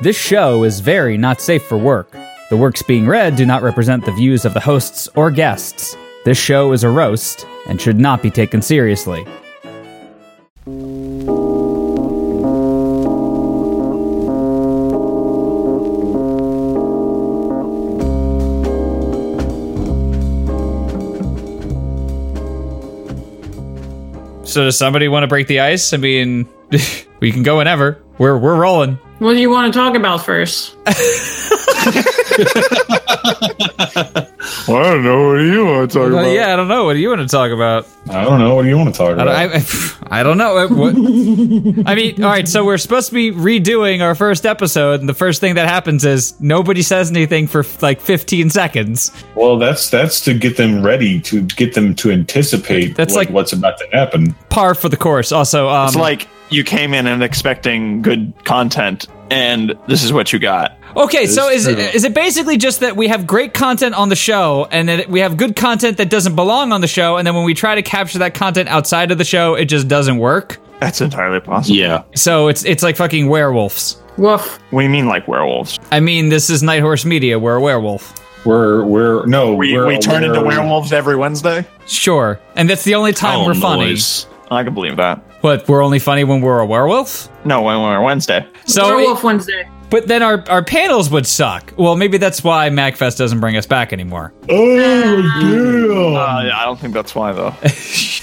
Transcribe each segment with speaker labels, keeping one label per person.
Speaker 1: This show is very not safe for work. The works being read do not represent the views of the hosts or guests. This show is a roast and should not be taken seriously. So does somebody want to break the ice? I mean, we can go whenever. We're we're rolling.
Speaker 2: What do you want to talk about first?
Speaker 3: Well, I don't know. What do you want to talk about?
Speaker 1: yeah, I don't know. What do you want to talk about?
Speaker 3: I don't know. What do you want to talk
Speaker 1: I
Speaker 3: about?
Speaker 1: don't, I, I, I don't know. I- What? I mean, all right. So we're supposed to be redoing our first episode, and the first thing that happens is nobody says anything for like 15 seconds.
Speaker 3: well, that's that's to get them ready, to get them to anticipate
Speaker 1: That's
Speaker 3: like,
Speaker 1: like-
Speaker 3: what's about to happen.
Speaker 1: Par for the course. Also, um,
Speaker 4: It's like you came in and expecting good content, and this is what you got.
Speaker 1: okay. So is
Speaker 3: is
Speaker 1: it,
Speaker 3: true.
Speaker 1: is it basically just that we have great content on the show, and that we have good content that doesn't belong on the show, and then when we try to capture that content outside of the show, it just doesn't work.
Speaker 4: That's entirely possible.
Speaker 3: Yeah.
Speaker 1: So it's it's like fucking werewolves.
Speaker 2: Woof.
Speaker 4: We mean like werewolves.
Speaker 1: I mean, this is Night Horse Media. We're a werewolf.
Speaker 3: We're we're no
Speaker 4: We,
Speaker 3: we're
Speaker 4: we turn into
Speaker 3: we're-
Speaker 4: werewolves every Wednesday.
Speaker 1: Sure, and that's the only time
Speaker 4: Oh,
Speaker 1: we're funny.
Speaker 4: I can believe that.
Speaker 1: What, we're only funny when we're a werewolf?
Speaker 4: No, when we're Wednesday.
Speaker 1: So,
Speaker 2: Werewolf Wednesday.
Speaker 1: but then our, our panels would suck. Well, maybe that's why MacFest doesn't bring us back anymore.
Speaker 3: Oh
Speaker 4: Uh,
Speaker 3: yeah.
Speaker 4: yeah, I don't think that's why though.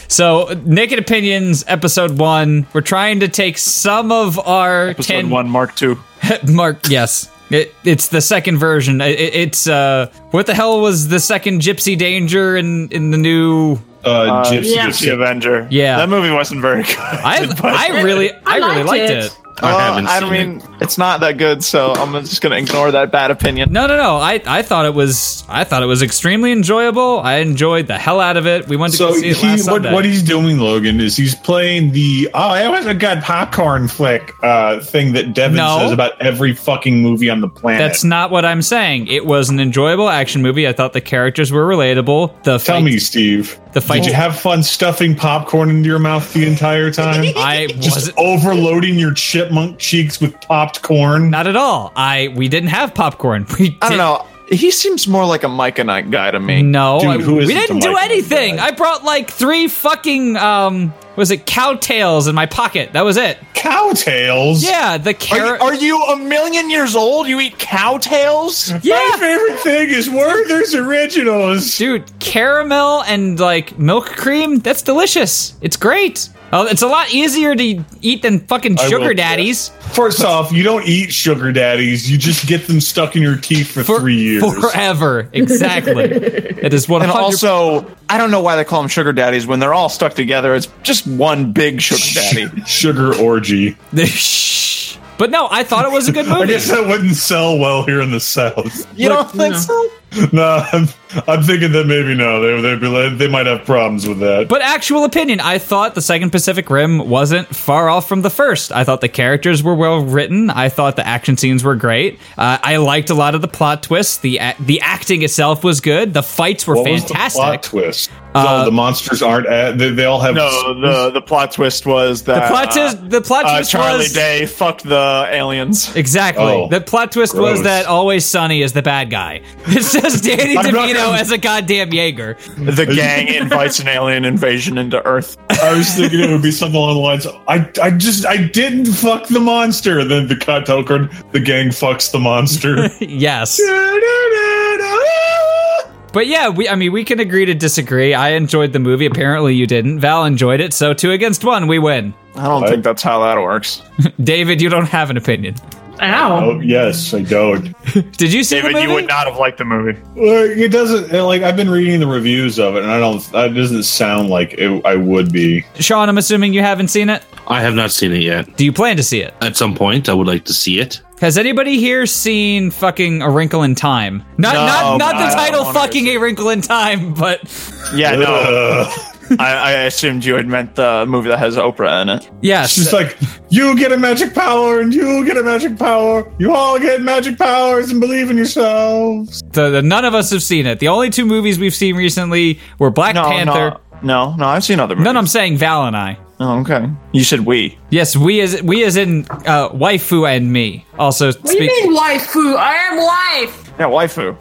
Speaker 1: So, Naked Opinions, episode one. We're trying to take some of our
Speaker 4: Episode
Speaker 1: 10
Speaker 4: one, Mark two.
Speaker 1: mark. Yes, it, it's the second version. It, it- it's uh, what the hell was the second Gypsy Danger in in the new?
Speaker 3: Uh, gypsy,
Speaker 2: yeah.
Speaker 4: The
Speaker 3: gypsy.
Speaker 4: Avenger.
Speaker 1: Yeah.
Speaker 4: that movie wasn't very good.
Speaker 1: I I really I, really liked it.
Speaker 4: Well,
Speaker 5: haven't
Speaker 4: I
Speaker 5: seen
Speaker 4: mean, it's not that good, so I'm just gonna ignore that bad opinion.
Speaker 1: No, no, no. I, I thought it was I thought it was extremely enjoyable. I enjoyed the hell out of it. We went to go
Speaker 3: So
Speaker 1: see it
Speaker 3: he,
Speaker 1: last
Speaker 3: what,
Speaker 1: Sunday.
Speaker 3: what he's doing, Logan, is he's playing the oh, that was a good popcorn flick uh, thing that Devin
Speaker 1: No.
Speaker 3: says about every fucking movie on the planet.
Speaker 1: That's not what I'm saying. It was an enjoyable action movie. I thought the characters were relatable. The
Speaker 3: Tell
Speaker 1: fight,
Speaker 3: me, Steve,
Speaker 1: the fight.
Speaker 3: did you have fun stuffing popcorn into your mouth the entire time?
Speaker 1: I
Speaker 3: just
Speaker 1: wasn't
Speaker 3: overloading your chipmunk cheeks with popped corn.
Speaker 1: not at all. I we didn't have popcorn. We
Speaker 4: I don't
Speaker 1: did-
Speaker 4: know. He seems more like a Mike and I guy to me.
Speaker 1: No,
Speaker 3: Dude,
Speaker 1: I-
Speaker 3: who
Speaker 1: we
Speaker 3: isn't
Speaker 1: didn't
Speaker 3: the
Speaker 1: do
Speaker 3: Mike and
Speaker 1: anything.
Speaker 3: Dad?
Speaker 1: I brought like three fucking um was it cowtails in my pocket. That was it.
Speaker 3: Cow tails.
Speaker 1: Yeah, the
Speaker 4: Are you,
Speaker 1: carrot.
Speaker 4: are you a million years old? You eat cow tails?
Speaker 3: My
Speaker 1: yeah.
Speaker 3: favorite thing is Werther's originals.
Speaker 1: Dude, caramel and like milk cream, that's delicious. It's great. Oh, it's a lot easier to eat than fucking
Speaker 3: I
Speaker 1: sugar
Speaker 3: will-
Speaker 1: daddies.
Speaker 3: First off, you don't eat sugar daddies. You just get them stuck in your teeth for,
Speaker 1: For-
Speaker 3: three years.
Speaker 1: Forever. Exactly. it is 100
Speaker 4: And also, I don't know why they call them sugar daddies when they're all stuck together. It's just one big sugar daddy.
Speaker 3: Sugar orgy.
Speaker 1: Shh. But no, I thought it was a good
Speaker 3: I
Speaker 1: movie.
Speaker 3: guess that wouldn't sell well here in the South.
Speaker 4: You don't think
Speaker 2: no.
Speaker 4: so?
Speaker 3: no, I'm, I'm thinking that maybe no. They, they'd be like, they might have problems with that.
Speaker 1: But actual opinion, I thought the second Pacific Rim wasn't far off from the first. I thought the characters were well written. I thought the action scenes were great. Uh, I liked a lot of the plot twists. The a- the acting itself was good. The fights were
Speaker 3: what was the plot
Speaker 1: fantastic. Uh,
Speaker 3: twist? no, the monsters aren't. At, they, they all have
Speaker 4: No, the, the plot twist was that
Speaker 1: The plot
Speaker 4: uh,
Speaker 1: twist. The plot
Speaker 4: uh,
Speaker 1: twist
Speaker 4: Charlie
Speaker 1: was
Speaker 4: Day fucked the aliens.
Speaker 1: exactly.
Speaker 3: Oh,
Speaker 1: the plot twist was
Speaker 3: gross.
Speaker 1: that Always Sunny is the bad guy. It's just Danny
Speaker 3: I'm not
Speaker 1: DeVito
Speaker 3: gonna-
Speaker 1: as a goddamn Jaeger.
Speaker 4: The gang invites an alien invasion into Earth.
Speaker 3: I was thinking it would be something along the lines. Of, I, I just, I didn't fuck the monster. And then the cut card, the gang fucks the monster.
Speaker 1: Yes. But yeah, we I mean we can agree to disagree. I enjoyed the movie. Apparently you didn't. Val enjoyed it, so two against one, we win.
Speaker 4: I don't think that's how that works.
Speaker 1: David, you don't have an opinion.
Speaker 2: Ow.
Speaker 3: oh yes, I don't.
Speaker 1: Did you see the
Speaker 4: David,
Speaker 1: movie?
Speaker 4: you would not have liked the movie.
Speaker 3: Like, It doesn't like I've been reading the reviews of it, and I don't. It doesn't sound like it, I would be.
Speaker 1: Sean, I'm assuming you haven't seen it.
Speaker 5: I have not seen it yet.
Speaker 1: Do you plan to see it?
Speaker 5: At some point, I would like to see it.
Speaker 1: Has anybody here seen fucking A Wrinkle in Time? Not
Speaker 4: No,
Speaker 1: not not
Speaker 4: I
Speaker 1: the
Speaker 4: don't
Speaker 1: title
Speaker 4: wanna
Speaker 1: fucking
Speaker 4: see
Speaker 1: A Wrinkle in Time, but
Speaker 4: Yeah, no.
Speaker 3: Ugh.
Speaker 4: I, I assumed you had meant the movie that has Oprah in it.
Speaker 1: yes.
Speaker 3: It's just like you get a magic power, and you get a magic power. You all get magic powers, and believe in yourselves.
Speaker 1: the, the- none of us have seen it. The only two movies we've seen recently were Black
Speaker 4: No,
Speaker 1: Panther.
Speaker 4: no, no, no. I've seen other movies.
Speaker 1: None I'm saying Val and I.
Speaker 4: Oh, okay. You said we.
Speaker 1: Yes, we as we as in uh, waifu and me. Also
Speaker 2: What do you
Speaker 1: speak.
Speaker 2: mean waifu? I am wife.
Speaker 4: Yeah, waifu.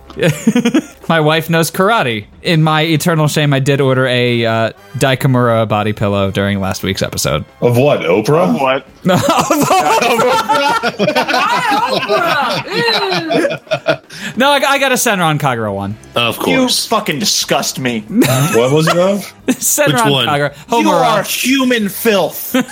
Speaker 1: My wife knows karate. In my eternal shame, I did order a uh, Daikamura body pillow during last week's episode.
Speaker 3: Of what? Oprah?
Speaker 4: What?
Speaker 2: Oprah. Ew.
Speaker 1: No, I, I got a Senran Kagura one.
Speaker 5: Of
Speaker 4: You
Speaker 5: course.
Speaker 4: fucking disgust me.
Speaker 3: What was it of?
Speaker 1: Senran
Speaker 5: one?
Speaker 1: Kagura.
Speaker 4: You are
Speaker 1: Homura.
Speaker 4: human filth.
Speaker 1: I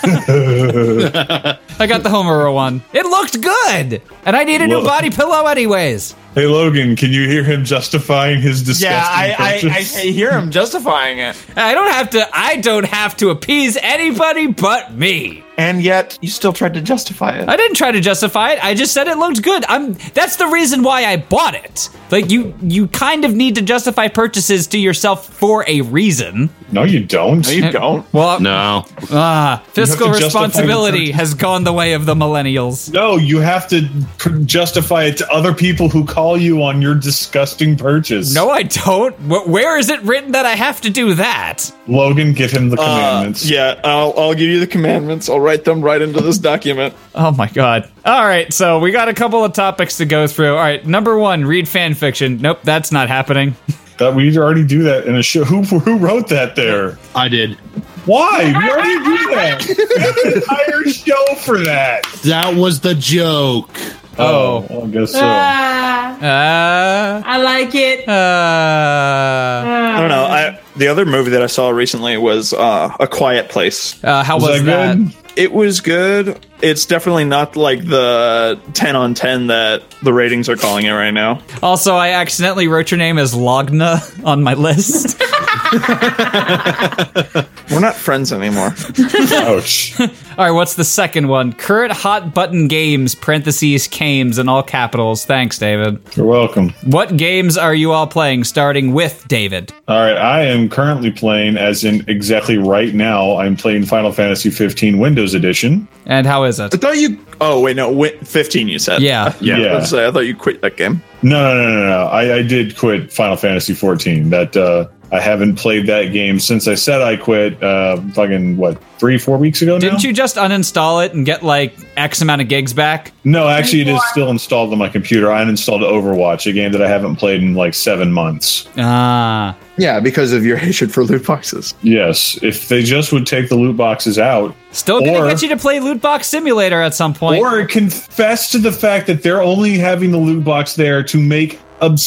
Speaker 1: got the Homura one. It looked good, and I need a new
Speaker 3: Whoa.
Speaker 1: body pillow anyways.
Speaker 3: Hey Logan, can you hear him justifying his disgusting
Speaker 4: yeah, I, I, I, I
Speaker 3: purchase?
Speaker 4: hear him justifying it.
Speaker 1: I don't have to. I don't have to appease anybody but me.
Speaker 4: And yet, you still tried to justify it.
Speaker 1: I didn't try to justify it. I just said it looked good. I'm that's the reason why I bought it. Like you you kind of need to justify purchases to yourself for a reason.
Speaker 3: no, you don't.
Speaker 4: no, you don't.
Speaker 1: Well,
Speaker 5: No.
Speaker 1: ah, fiscal
Speaker 3: You have to justify
Speaker 1: responsibility
Speaker 3: your
Speaker 1: has gone the way of the millennials.
Speaker 3: No, you have to pr- justify it to other people who call you on your disgusting purchase.
Speaker 1: No, I don't. Wh- Where is it written that I have to do that?
Speaker 3: Logan, give him the commandments.
Speaker 4: Yeah, I'll, I'll give you the commandments. I'll write them right into this document.
Speaker 1: Oh my god. All right, so we got a couple of topics to go through. All right, number 1, read fan fiction. Nope, that's not happening.
Speaker 3: That we already do that in a show. Who who wrote that there?
Speaker 5: I did.
Speaker 3: Why? We already do that. We have an entire show for that.
Speaker 5: That was the joke.
Speaker 1: Oh.
Speaker 3: I guess so.
Speaker 2: Ah,
Speaker 1: Uh
Speaker 2: I like it.
Speaker 1: uh,
Speaker 4: I don't know. I the other movie that I saw recently was uh, A Quiet Place.
Speaker 1: uh how was,
Speaker 3: Was that
Speaker 1: that?
Speaker 3: good?
Speaker 4: It was good. It's definitely not like the ten on ten that the ratings are calling it right now.
Speaker 1: Also, I accidentally wrote your name as Logna on my list.
Speaker 4: We're not friends anymore.
Speaker 3: Ouch.
Speaker 1: all right, what's the second one? Current hot button games, parentheses, games in all capitals. Thanks, David.
Speaker 3: You're welcome.
Speaker 1: What games are you all playing, starting with David?
Speaker 3: All right, I am currently playing, as in exactly right now, I'm playing Final Fantasy 15 Windows Edition.
Speaker 1: And how is it?
Speaker 4: I thought you. Oh wait, no, wi- fifteen. You said.
Speaker 1: Yeah.
Speaker 5: Yeah.
Speaker 4: I, was gonna say, I thought you quit that game.
Speaker 3: No, no, no, no, no. I, I did quit Final Fantasy 14. That uh, I haven't played that game since I said I quit. Uh, fucking what, three, four weeks ago now?
Speaker 1: Didn't you just uninstall it and get like X amount of gigs back?
Speaker 3: No, actually, it is still installed on my computer. I uninstalled Overwatch, a game that I haven't played in like seven months.
Speaker 1: Ah.
Speaker 4: Yeah, because of your hatred for loot boxes.
Speaker 3: Yes, if they just would take the loot boxes out,
Speaker 1: Still gonna
Speaker 3: Or-
Speaker 1: get you to play Loot Box Simulator at some point.
Speaker 3: or confess to the fact that they're only having the loot box there to make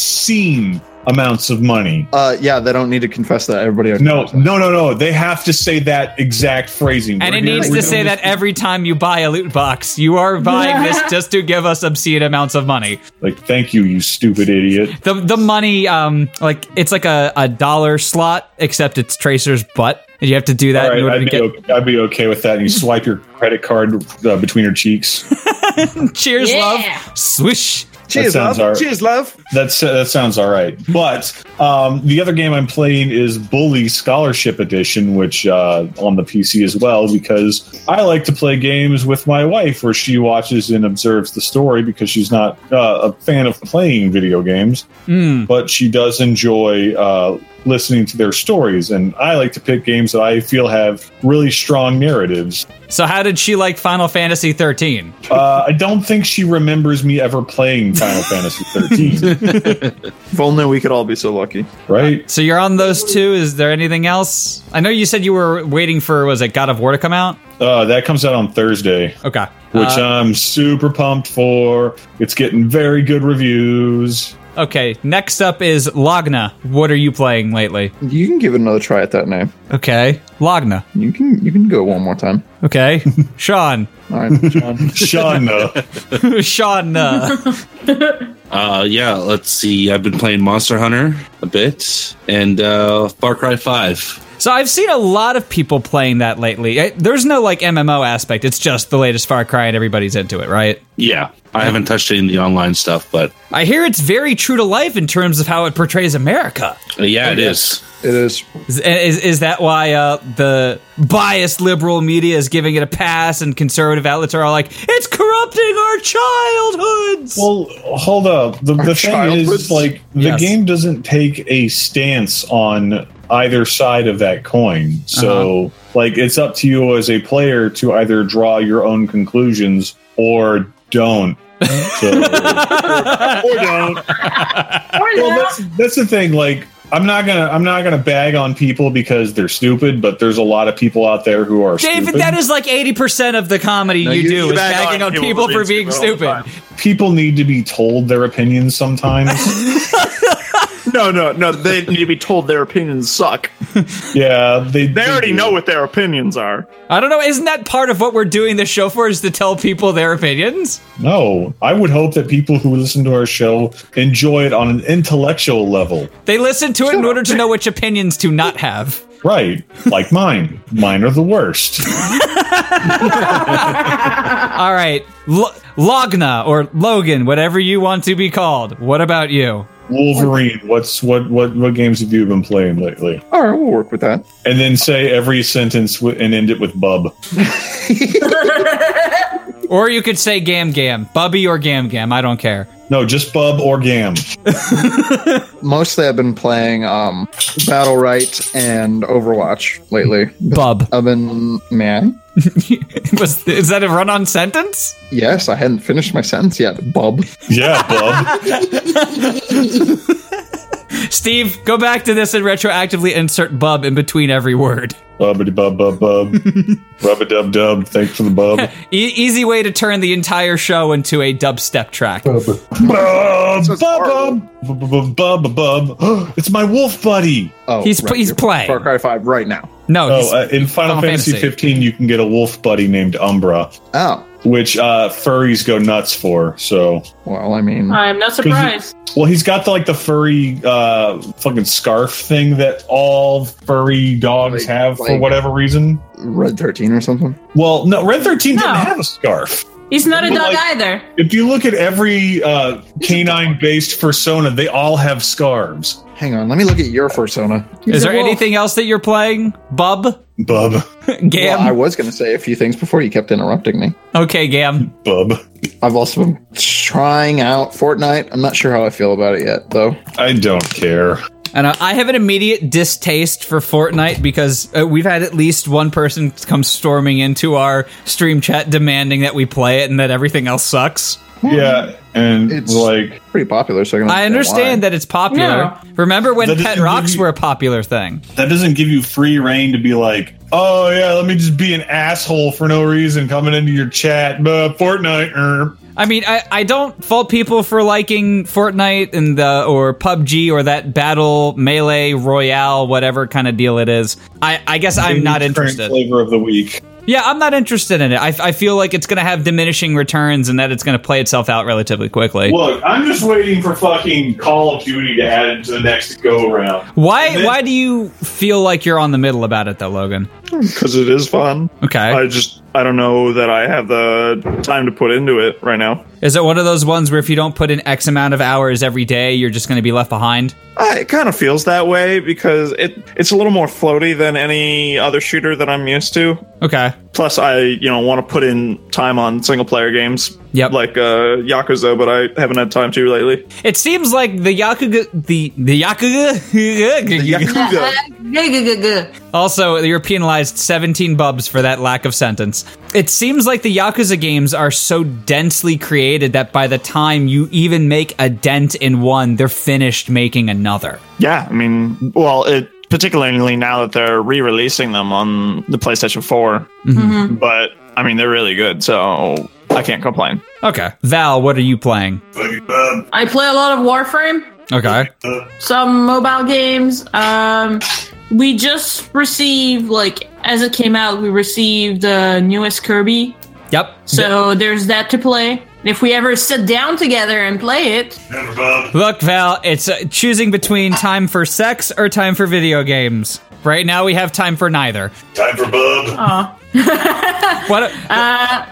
Speaker 3: obscene amounts of money.
Speaker 6: Uh, yeah, they don't need to confess that. Everybody.
Speaker 3: No, no, no, no. They have to say that exact phrasing.
Speaker 1: and
Speaker 3: We're
Speaker 1: it
Speaker 3: here-
Speaker 1: needs
Speaker 3: we're
Speaker 1: to
Speaker 3: doing
Speaker 1: say
Speaker 3: this-
Speaker 1: that every time you buy a loot box, you are buying this just to give us obscene amounts of money.
Speaker 3: Like, thank you, you stupid idiot.
Speaker 1: the the money um like it's like a, a dollar slot except it's tracer's butt and you have to do that
Speaker 3: All right,
Speaker 1: in order
Speaker 3: I'd
Speaker 1: to
Speaker 3: be,
Speaker 1: get
Speaker 3: okay, I'd be okay with that. And you swipe your credit card uh, between your cheeks.
Speaker 1: cheers
Speaker 2: Yeah.
Speaker 1: love swish
Speaker 6: Cheers,
Speaker 3: sounds
Speaker 6: love.
Speaker 3: alright.
Speaker 6: Cheers, love.
Speaker 3: That's uh, that sounds all right. But um, the other game I'm playing is Bully Scholarship Edition, which uh, on the PC as well, because I like to play games with my wife, where she watches and observes the story because she's not uh, a fan of playing video games.
Speaker 6: Hmm.
Speaker 1: mm.
Speaker 3: but she does enjoy uh, listening to their stories. And I like to pick games that I feel have really strong narratives.
Speaker 1: so how did she like final fantasy 13
Speaker 3: Uh, I don't think she remembers me ever playing Final Fantasy 13,
Speaker 4: If only we could all be so lucky.
Speaker 3: right?
Speaker 1: so you're on those two is there anything else i know you said you were waiting for was it god of war to come out
Speaker 3: Uh, that comes out on Thursday,
Speaker 1: okay
Speaker 3: which
Speaker 1: Uh,
Speaker 3: I'm super pumped for. It's getting very good reviews.
Speaker 1: okay next up is lagna what are you playing lately
Speaker 6: You can give it another try at that name.
Speaker 1: okay lagna
Speaker 6: You can. You can go one more time.
Speaker 1: okay sean
Speaker 6: All right, John.
Speaker 3: Shauna,
Speaker 1: sean uh,
Speaker 5: Uh, yeah, let's see. I've been playing Monster Hunter a bit and uh, Far Cry 5.
Speaker 1: So I've seen a lot of people playing that lately. I, there's no like MMO aspect. It's just the latest Far Cry and everybody's into it, right?
Speaker 5: Yeah. I haven't touched any of the online stuff, but
Speaker 1: I hear it's very true to life in terms of how it portrays America.
Speaker 5: uh, yeah, it is.
Speaker 6: it is.
Speaker 1: Is, eh, is, is that why uh, the biased liberal media is giving it a pass and conservative outlets are all like, it's corrupting our childhoods?
Speaker 3: well, hold up. The, the thing
Speaker 4: childhoods?
Speaker 3: is, like, the
Speaker 1: Yes.
Speaker 3: game doesn't take a stance on either side of that coin. So Like it's up to you as a player to either draw your own conclusions or don't. So, or
Speaker 2: Or
Speaker 3: don't. Well,
Speaker 2: no.
Speaker 3: that's that's the thing. Like, I'm not gonna I'm not gonna bag on people because they're stupid, but there's a lot of people out there who are
Speaker 1: David,
Speaker 3: stupid.
Speaker 1: that is like 80% of the comedy
Speaker 6: No,
Speaker 1: you,
Speaker 6: you-
Speaker 1: do
Speaker 6: you
Speaker 1: is
Speaker 4: bag
Speaker 1: bagging on
Speaker 4: on
Speaker 1: people,
Speaker 4: people
Speaker 1: for
Speaker 4: for being
Speaker 1: being
Speaker 4: stupid all the
Speaker 1: stupid.
Speaker 3: people need to be told their opinions sometimes.
Speaker 4: No, no, no. They need to be told their opinions suck.
Speaker 3: yeah, they
Speaker 4: They already
Speaker 3: do.
Speaker 4: know what their opinions are.
Speaker 1: I don't know. Isn't that part of what we're doing this show for is to tell people their opinions?
Speaker 3: No, I would hope that people who listen to our show enjoy it on an intellectual level,
Speaker 1: They listen to it in order to know which opinions to not have.
Speaker 3: right? Like mine. Mine are the worst.
Speaker 1: All right. L- Logna or Logan, whatever you want to be called. What about you?
Speaker 3: Wolverine. What's what what what games have you been playing lately?
Speaker 6: All right, we'll work with that.
Speaker 3: And then say every sentence w- and end it with bub.
Speaker 1: Or you could say Gam Gam, Bubby or Gam Gam. I don't care.
Speaker 3: No, just bub or gam.
Speaker 6: Mostly, I've been playing um, Battle Right and Overwatch lately.
Speaker 1: Bub.
Speaker 6: I've been man.
Speaker 1: Was, is that a run on sentence?
Speaker 6: Yes, I hadn't finished my sentence yet. Bub.
Speaker 3: Yeah, bub.
Speaker 1: Steve, go back to this and retroactively insert bub in between every word.
Speaker 3: Bubbity bub bub bub. Rub a dub dub. Thanks for the bub.
Speaker 1: E- easy way to turn the entire show into a dubstep track.
Speaker 6: Oh,
Speaker 3: bub bub bub bub bub bub. bub. It's my wolf buddy.
Speaker 6: Oh,
Speaker 1: He's- he's
Speaker 6: you're-
Speaker 1: playing.
Speaker 6: Far Cry Five right now.
Speaker 1: No, he's-
Speaker 3: Oh, uh, in Final,
Speaker 1: Final
Speaker 3: Fantasy,
Speaker 1: Fantasy.
Speaker 3: 15, you can get a wolf buddy named Umbra,
Speaker 6: Oh,
Speaker 3: which uh, furries go nuts for. So,
Speaker 6: well, I mean,
Speaker 2: I'm not surprised.
Speaker 3: well, he's got the, like the furry uh, fucking scarf thing that all furry dogs
Speaker 6: Like-
Speaker 3: have for
Speaker 6: like-
Speaker 3: whatever reason.
Speaker 6: Red Thirteen or something.
Speaker 3: Well, no, Red 13
Speaker 2: No.
Speaker 3: didn't have a scarf.
Speaker 2: He's not a
Speaker 3: But,
Speaker 2: dog
Speaker 3: like-
Speaker 2: either.
Speaker 3: If you look at every uh, canine based persona, they all have scarves.
Speaker 6: Hang on, let me look at your persona.
Speaker 1: is
Speaker 2: a
Speaker 1: there
Speaker 2: wolf.
Speaker 1: anything else that you're playing? Bub?
Speaker 3: Bub,
Speaker 1: Gam?
Speaker 6: Well, I was going to say a few things before you kept interrupting me.
Speaker 1: okay, Gam.
Speaker 3: bub.
Speaker 6: I've also been trying out Fortnite. I'm not sure how I feel about it yet, though.
Speaker 3: I don't care.
Speaker 1: And uh, I I have an immediate distaste for Fortnite because uh, we've had at least one person come storming into our stream chat demanding that we play it and that everything else sucks.
Speaker 3: Yeah, and
Speaker 6: It's-
Speaker 3: like
Speaker 6: Pretty popular, so I'm gonna
Speaker 1: I understand that it's popular.
Speaker 2: No.
Speaker 1: Remember when
Speaker 3: That
Speaker 1: pet
Speaker 3: doesn't
Speaker 1: rocks
Speaker 3: mean-
Speaker 1: were a popular thing?
Speaker 3: that doesn't give you free reign to be like, oh yeah, let me just be an asshole for no reason coming into your chat. But uh, Fortnite, er.
Speaker 1: I mean, I, I don't fault people for liking Fortnite and the or PUBG or that battle melee royale, whatever kind of deal it is. I, I guess I'm not
Speaker 3: Current
Speaker 1: interested.
Speaker 3: Flavor of the week.
Speaker 1: Yeah, I'm not interested in it. I, I feel like it's going to have diminishing returns and that it's going to play itself out relatively quickly.
Speaker 3: Look, I'm just waiting for fucking Call of Duty to add it to the next go round.
Speaker 1: why
Speaker 3: then-
Speaker 1: why do you feel like you're on the middle about it though, Logan?
Speaker 4: Because it is fun.
Speaker 1: Okay,
Speaker 4: I just I don't know that I have the time to put into it right now.
Speaker 1: is it one of those ones where if you don't put in X amount of hours every day, you're just going to be left behind?
Speaker 4: Uh, it kind of feels that way because it it's a little more floaty than any other shooter that I'm used to.
Speaker 1: Okay,
Speaker 4: Plus, I you know want to put in time on single player games.
Speaker 1: Yep.
Speaker 4: Like uh, Yakuza, but I haven't had time to lately.
Speaker 1: it seems like the Yakuga the the Yakuga
Speaker 4: Yakuza.
Speaker 1: Also, you're penalized 17 bubs for that lack of sentence. It seems like the Yakuza games are so densely created that by the time you even make a dent in one, they're finished making another.
Speaker 4: Yeah, I mean, well, it particularly now that they're re-releasing them on the PlayStation 4. But I mean, they're really good, so I can't complain.
Speaker 1: Okay. Val, what are you playing?
Speaker 2: I play a lot of Warframe.
Speaker 1: Okay.
Speaker 2: some mobile games. Um, we just received, like, as it came out, we received the newest Kirby.
Speaker 1: Yep.
Speaker 2: So there's that to play. And if we ever sit down together and play it,
Speaker 1: Look, Val, it's uh, choosing between time for sex or time for video games. Right now, we have time for neither.
Speaker 3: Time for bub.
Speaker 1: What?
Speaker 2: Uh,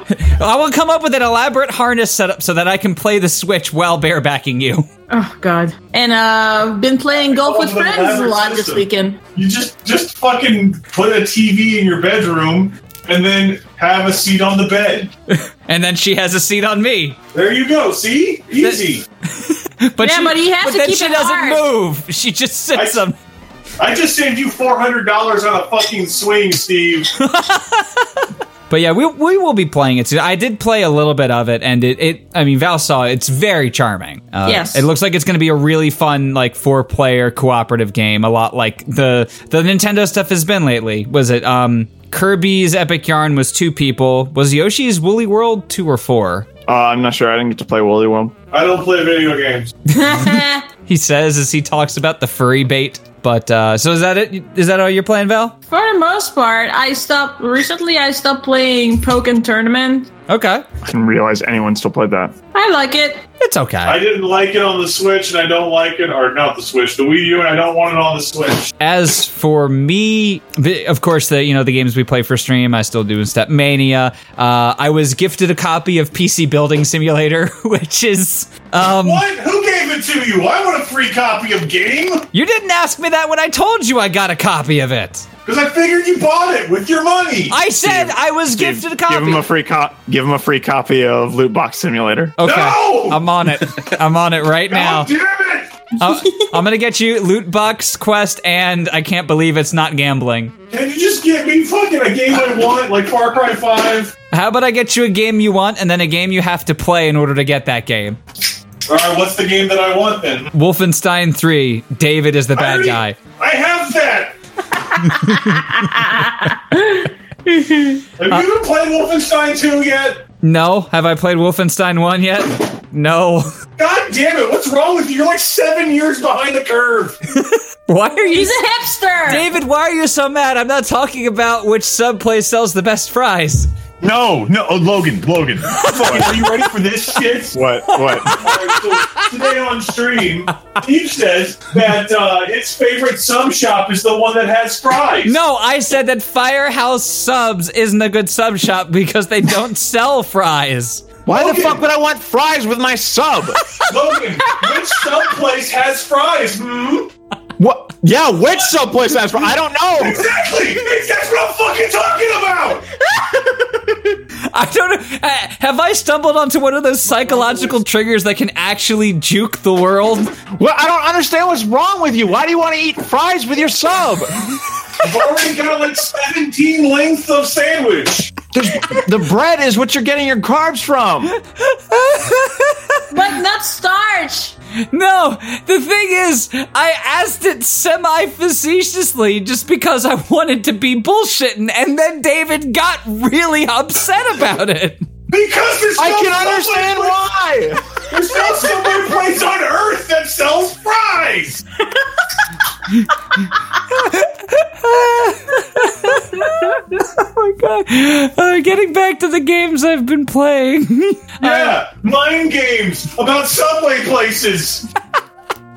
Speaker 1: I will come up with an elaborate harness setup so that I can play the Switch while barebacking you.
Speaker 2: oh god. And uh, been playing golf with
Speaker 3: Well, the
Speaker 2: friends a lot this
Speaker 3: system.
Speaker 2: weekend.
Speaker 3: You just just fucking put a TV in your bedroom and then have a seat on the bed.
Speaker 1: And then she has a seat on me.
Speaker 3: There you go. See, easy.
Speaker 1: But
Speaker 2: Yeah,
Speaker 1: she,
Speaker 2: but he has to
Speaker 1: then
Speaker 2: keep
Speaker 1: she
Speaker 2: it
Speaker 1: doesn't
Speaker 2: hard.
Speaker 1: move. She just sits
Speaker 3: I-
Speaker 1: on.
Speaker 3: I just saved you four hundred dollars on a fucking swing, Steve.
Speaker 1: But yeah, we we will be playing it soon. I did play a little bit of it, and it, it I mean, Val saw it. it's very charming. Uh,
Speaker 2: Yes.
Speaker 1: it looks like it's going to be a really fun like four player cooperative game, a lot like the the Nintendo stuff has been lately. Was it um Kirby's Epic Yarn was two people? Was Yoshi's Woolly World two or four?
Speaker 4: Uh, I'm not sure. I didn't get to play Woolly World.
Speaker 3: I don't play video games.
Speaker 1: He says as he talks about the furry bait. But uh, so is that it? Is that all you're playing, Val?
Speaker 2: For the most part, I stopped recently. I stopped playing Pokken Tournament.
Speaker 1: Okay,
Speaker 4: I didn't realize anyone still played that.
Speaker 2: I like it.
Speaker 1: it's okay.
Speaker 3: I didn't like it on the Switch, and I don't like it, or not the Switch, the Wii U, and I don't want it on the Switch.
Speaker 1: As for me, the, of course, the you know the games we play for stream, I still do in Step Mania. Uh, I was gifted a copy of PC Building Simulator, which is um,
Speaker 3: What? Who gave it to you? I want a free copy of game
Speaker 1: you didn't ask me that when I told you I got a copy of it.
Speaker 3: because I figured you bought it with your money.
Speaker 1: I said I was gifted a
Speaker 4: Give- Give
Speaker 1: copy.
Speaker 4: him a free co- Give him a free copy of Loot Box Simulator.
Speaker 1: okay,
Speaker 3: No!
Speaker 1: I'm on it. I'm on it right now.
Speaker 3: God Oh, damn it!
Speaker 1: I'm, I'm gonna get you loot box quest, and I can't believe it's not gambling.
Speaker 3: Can you just get me fucking a game I want, like Far Cry Five?
Speaker 1: How about I get you a game you want, and then a game you have to play in order to get that game?
Speaker 3: All right, what's the game that I want then?
Speaker 1: Wolfenstein 3. David is the
Speaker 3: I
Speaker 1: bad
Speaker 3: already-
Speaker 1: guy.
Speaker 3: I have that. have you even played Wolfenstein 2 yet?
Speaker 1: No. Have I played Wolfenstein 1 yet? No.
Speaker 3: God damn it! What's wrong with you? You're like seven years behind the curve.
Speaker 1: Why are you.
Speaker 2: He's a hipster.
Speaker 1: David, why are you so mad? I'm not talking about which sub place sells the best fries.
Speaker 3: No, no, oh, Logan, Logan. Fucking, are you ready for this shit?
Speaker 4: What? What?
Speaker 3: Alright, so today on stream, Steve says that uh, its favorite sub shop is the one that has fries.
Speaker 1: No, I said that Firehouse Subs isn't a good sub shop because they don't sell fries.
Speaker 4: Why
Speaker 3: Okay.
Speaker 4: the fuck would I want fries with my sub?
Speaker 3: Logan, which sub place has fries? Hmm?
Speaker 4: what? Yeah, which sub place has fries? I don't know.
Speaker 3: Exactly! That's what I'm fucking talking about!
Speaker 1: I don't know. uh, Have I stumbled onto one of those psychological triggers that can actually juke the world?
Speaker 4: Well, I don't understand what's wrong with you. Why do you want to eat fries with your sub?
Speaker 3: I've already got like 17 lengths of sandwich.
Speaker 4: There's, the bread is what you're getting your carbs from.
Speaker 2: But not starch.
Speaker 1: No, the thing is, I asked it semi facetiously just because I wanted to be bullshitting, and then David got really upset about it.
Speaker 3: Because there's
Speaker 4: I
Speaker 3: no
Speaker 4: can
Speaker 3: subway
Speaker 4: understand
Speaker 3: place-
Speaker 4: why.
Speaker 3: There's no subway place on earth that sells fries.
Speaker 1: oh my god. Uh, getting back to the games I've been playing.
Speaker 3: Yeah, mind games about subway places.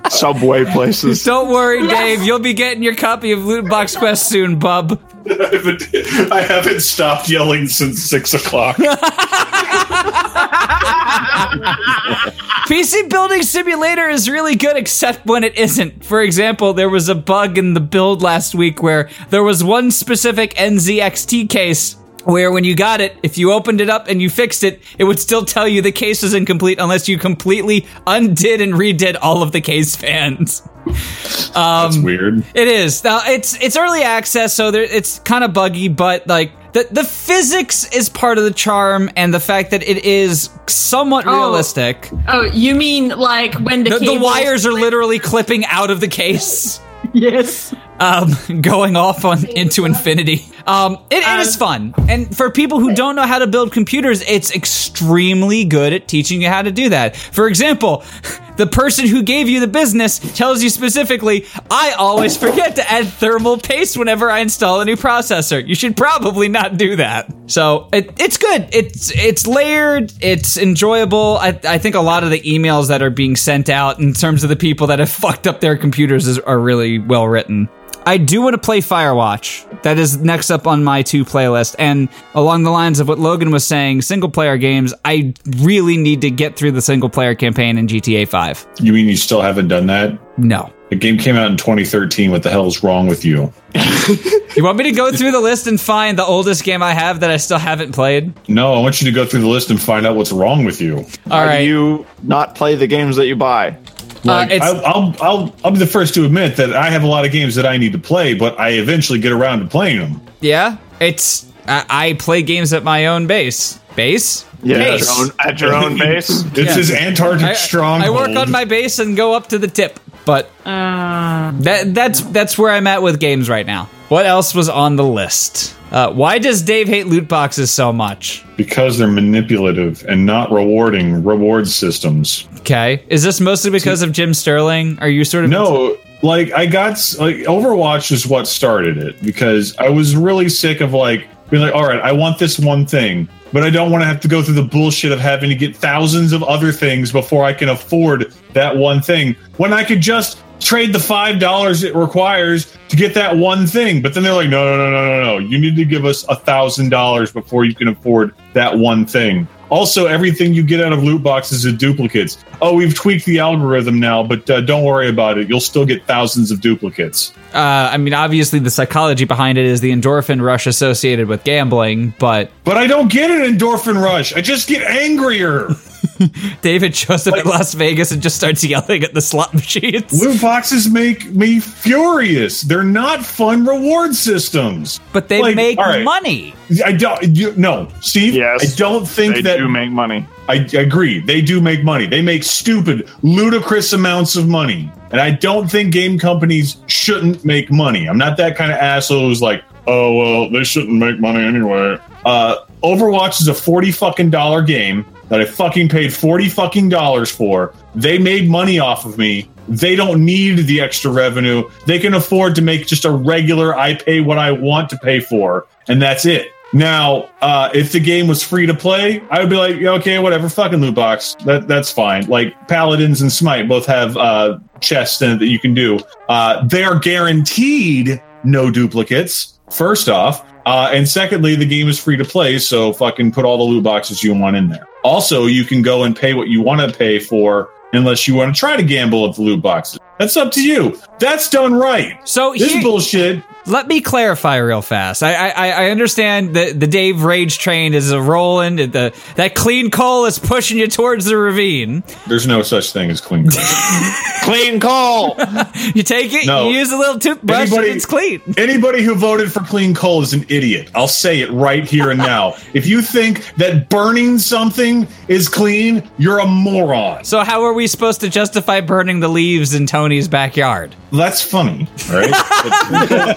Speaker 4: Subway places.
Speaker 1: Don't worry, Dave, you'll be getting your copy of Loot Box Quest soon, bub.
Speaker 3: I haven't, I haven't stopped yelling since six o'clock.
Speaker 1: PC Building Simulator is really good, except when it isn't. For example, there was a bug in the build last week where there was one specific NZXT case where when you got it, if you opened it up and you fixed it, it would still tell you the case was incomplete unless you completely undid and redid all of the case fans.
Speaker 3: That's
Speaker 4: Um,
Speaker 3: weird.
Speaker 1: It is. Now it's it's early access, so there, it's kind of buggy, but like the the physics is part of the charm, and the fact that it is somewhat
Speaker 2: Oh.
Speaker 1: realistic.
Speaker 2: Oh, you mean like when the
Speaker 1: The, the
Speaker 2: cables-
Speaker 1: wires are literally clipping out of the case,
Speaker 2: Yes.
Speaker 1: um, going off on into infinity. Um, it, it is fun, and for people who don't know how to build computers, it's extremely good at teaching you how to do that. For example, the person who gave you the business tells you specifically, "I always forget to add thermal paste whenever I install a new processor. You should probably not do that." So it, it's good. It's it's layered. It's enjoyable. I, I think a lot of the emails that are being sent out in terms of the people that have fucked up their computers is, are really well written. I do want to play Firewatch. That is next up on my two playlist. And along the lines of what Logan was saying, single player games, I really need to get through the single player campaign in GTA 5.
Speaker 3: You mean you still haven't done that?
Speaker 1: No.
Speaker 3: The game came out in 2013. What the hell's wrong with you?
Speaker 1: You want me to go through the list and find the oldest game I have that I still haven't played?
Speaker 3: No, I want you to go through the list and find out what's wrong with you.
Speaker 1: All right. Uh,
Speaker 4: You not play the games that you buy.
Speaker 3: Like,
Speaker 1: it's-
Speaker 3: I, I'll, I'll, I'll be the first to admit that I have a lot of games that I need to play, but I eventually get around to playing them.
Speaker 1: Yeah, it's I, I play games at my own base. Base.
Speaker 4: Yeah, at
Speaker 1: Base.
Speaker 4: your own, at your own base.
Speaker 3: This
Speaker 1: Yeah.
Speaker 3: is Antarctic
Speaker 1: I,
Speaker 3: stronghold.
Speaker 1: I work on my base and go up to the tip, but
Speaker 2: Uh,
Speaker 1: that that's that's where I'm at with games right now. What else was on the list? Uh, why does Dave hate loot boxes so much?
Speaker 3: because they're manipulative and not rewarding reward systems.
Speaker 1: Okay, is this mostly because of Jim Sterling? Are you sort of
Speaker 3: No, like I got s- like Overwatch is what started it because I was really sick of like being like, all right, I want this one thing, but I don't want to have to go through the bullshit of having to get thousands of other things before I can afford that one thing when I could just trade the five dollars it requires to get that one thing. But then they're like, no, no, no, no, no, no, you need to give us a thousand dollars before you can afford that one thing. Also, everything you get out of loot boxes is duplicates. Oh, we've tweaked the algorithm now, but uh, don't worry about it. You'll still get thousands of duplicates.
Speaker 1: uh, I mean, obviously the psychology behind it is the endorphin rush associated with gambling, but
Speaker 3: But I don't get an endorphin rush. I just get angrier.
Speaker 1: David shows up at Las Vegas and just starts yelling at the slot machines.
Speaker 3: loot boxes make me furious. They're not fun reward systems.
Speaker 1: But they
Speaker 3: Like,
Speaker 1: make
Speaker 3: all right.
Speaker 1: money.
Speaker 3: I don't. You, no, Steve.
Speaker 4: Yes,
Speaker 3: I don't think
Speaker 4: They
Speaker 3: that.
Speaker 4: do make money.
Speaker 3: I agree. They do make money. They make stupid, ludicrous amounts of money. And I don't think game companies shouldn't make money. I'm not that kind of asshole who's like, oh, well, they shouldn't make money anyway. Uh, Overwatch is a 40 fucking dollar game that I fucking paid 40 fucking dollars for. They made money off of me. They don't need the extra revenue. They can afford to make just a regular, I pay what I want to pay for, and that's it. Now, uh, if the game was free to play, I would be like, yeah, okay, whatever, fucking loot box. That that's fine. Like Paladins and Smite both have uh, chests in it that you can do. Uh, they are guaranteed no duplicates. First off, uh, and secondly, the game is free to play, so fucking put all the loot boxes you want in there. Also, you can go and pay what you want to pay for, unless you want to try to gamble at the loot boxes. That's up to you. That's done right.
Speaker 1: So
Speaker 3: This
Speaker 1: here,
Speaker 3: bullshit.
Speaker 1: let me clarify real fast. I I, I- I understand that the Dave Rage train is a rolling. and The that clean coal is pushing you towards the ravine.
Speaker 3: There's no such thing as clean. code.
Speaker 4: Clean call.
Speaker 1: You take it,
Speaker 3: No.
Speaker 1: you use a little toothbrush,
Speaker 3: Anybody-
Speaker 1: and it's clean.
Speaker 3: Anybody who voted for clean coal is an idiot. I'll say it right here and now. if you think that burning something is clean, you're a moron.
Speaker 1: So how are we supposed to justify burning the leaves in Tony's backyard?
Speaker 3: That's funny, right?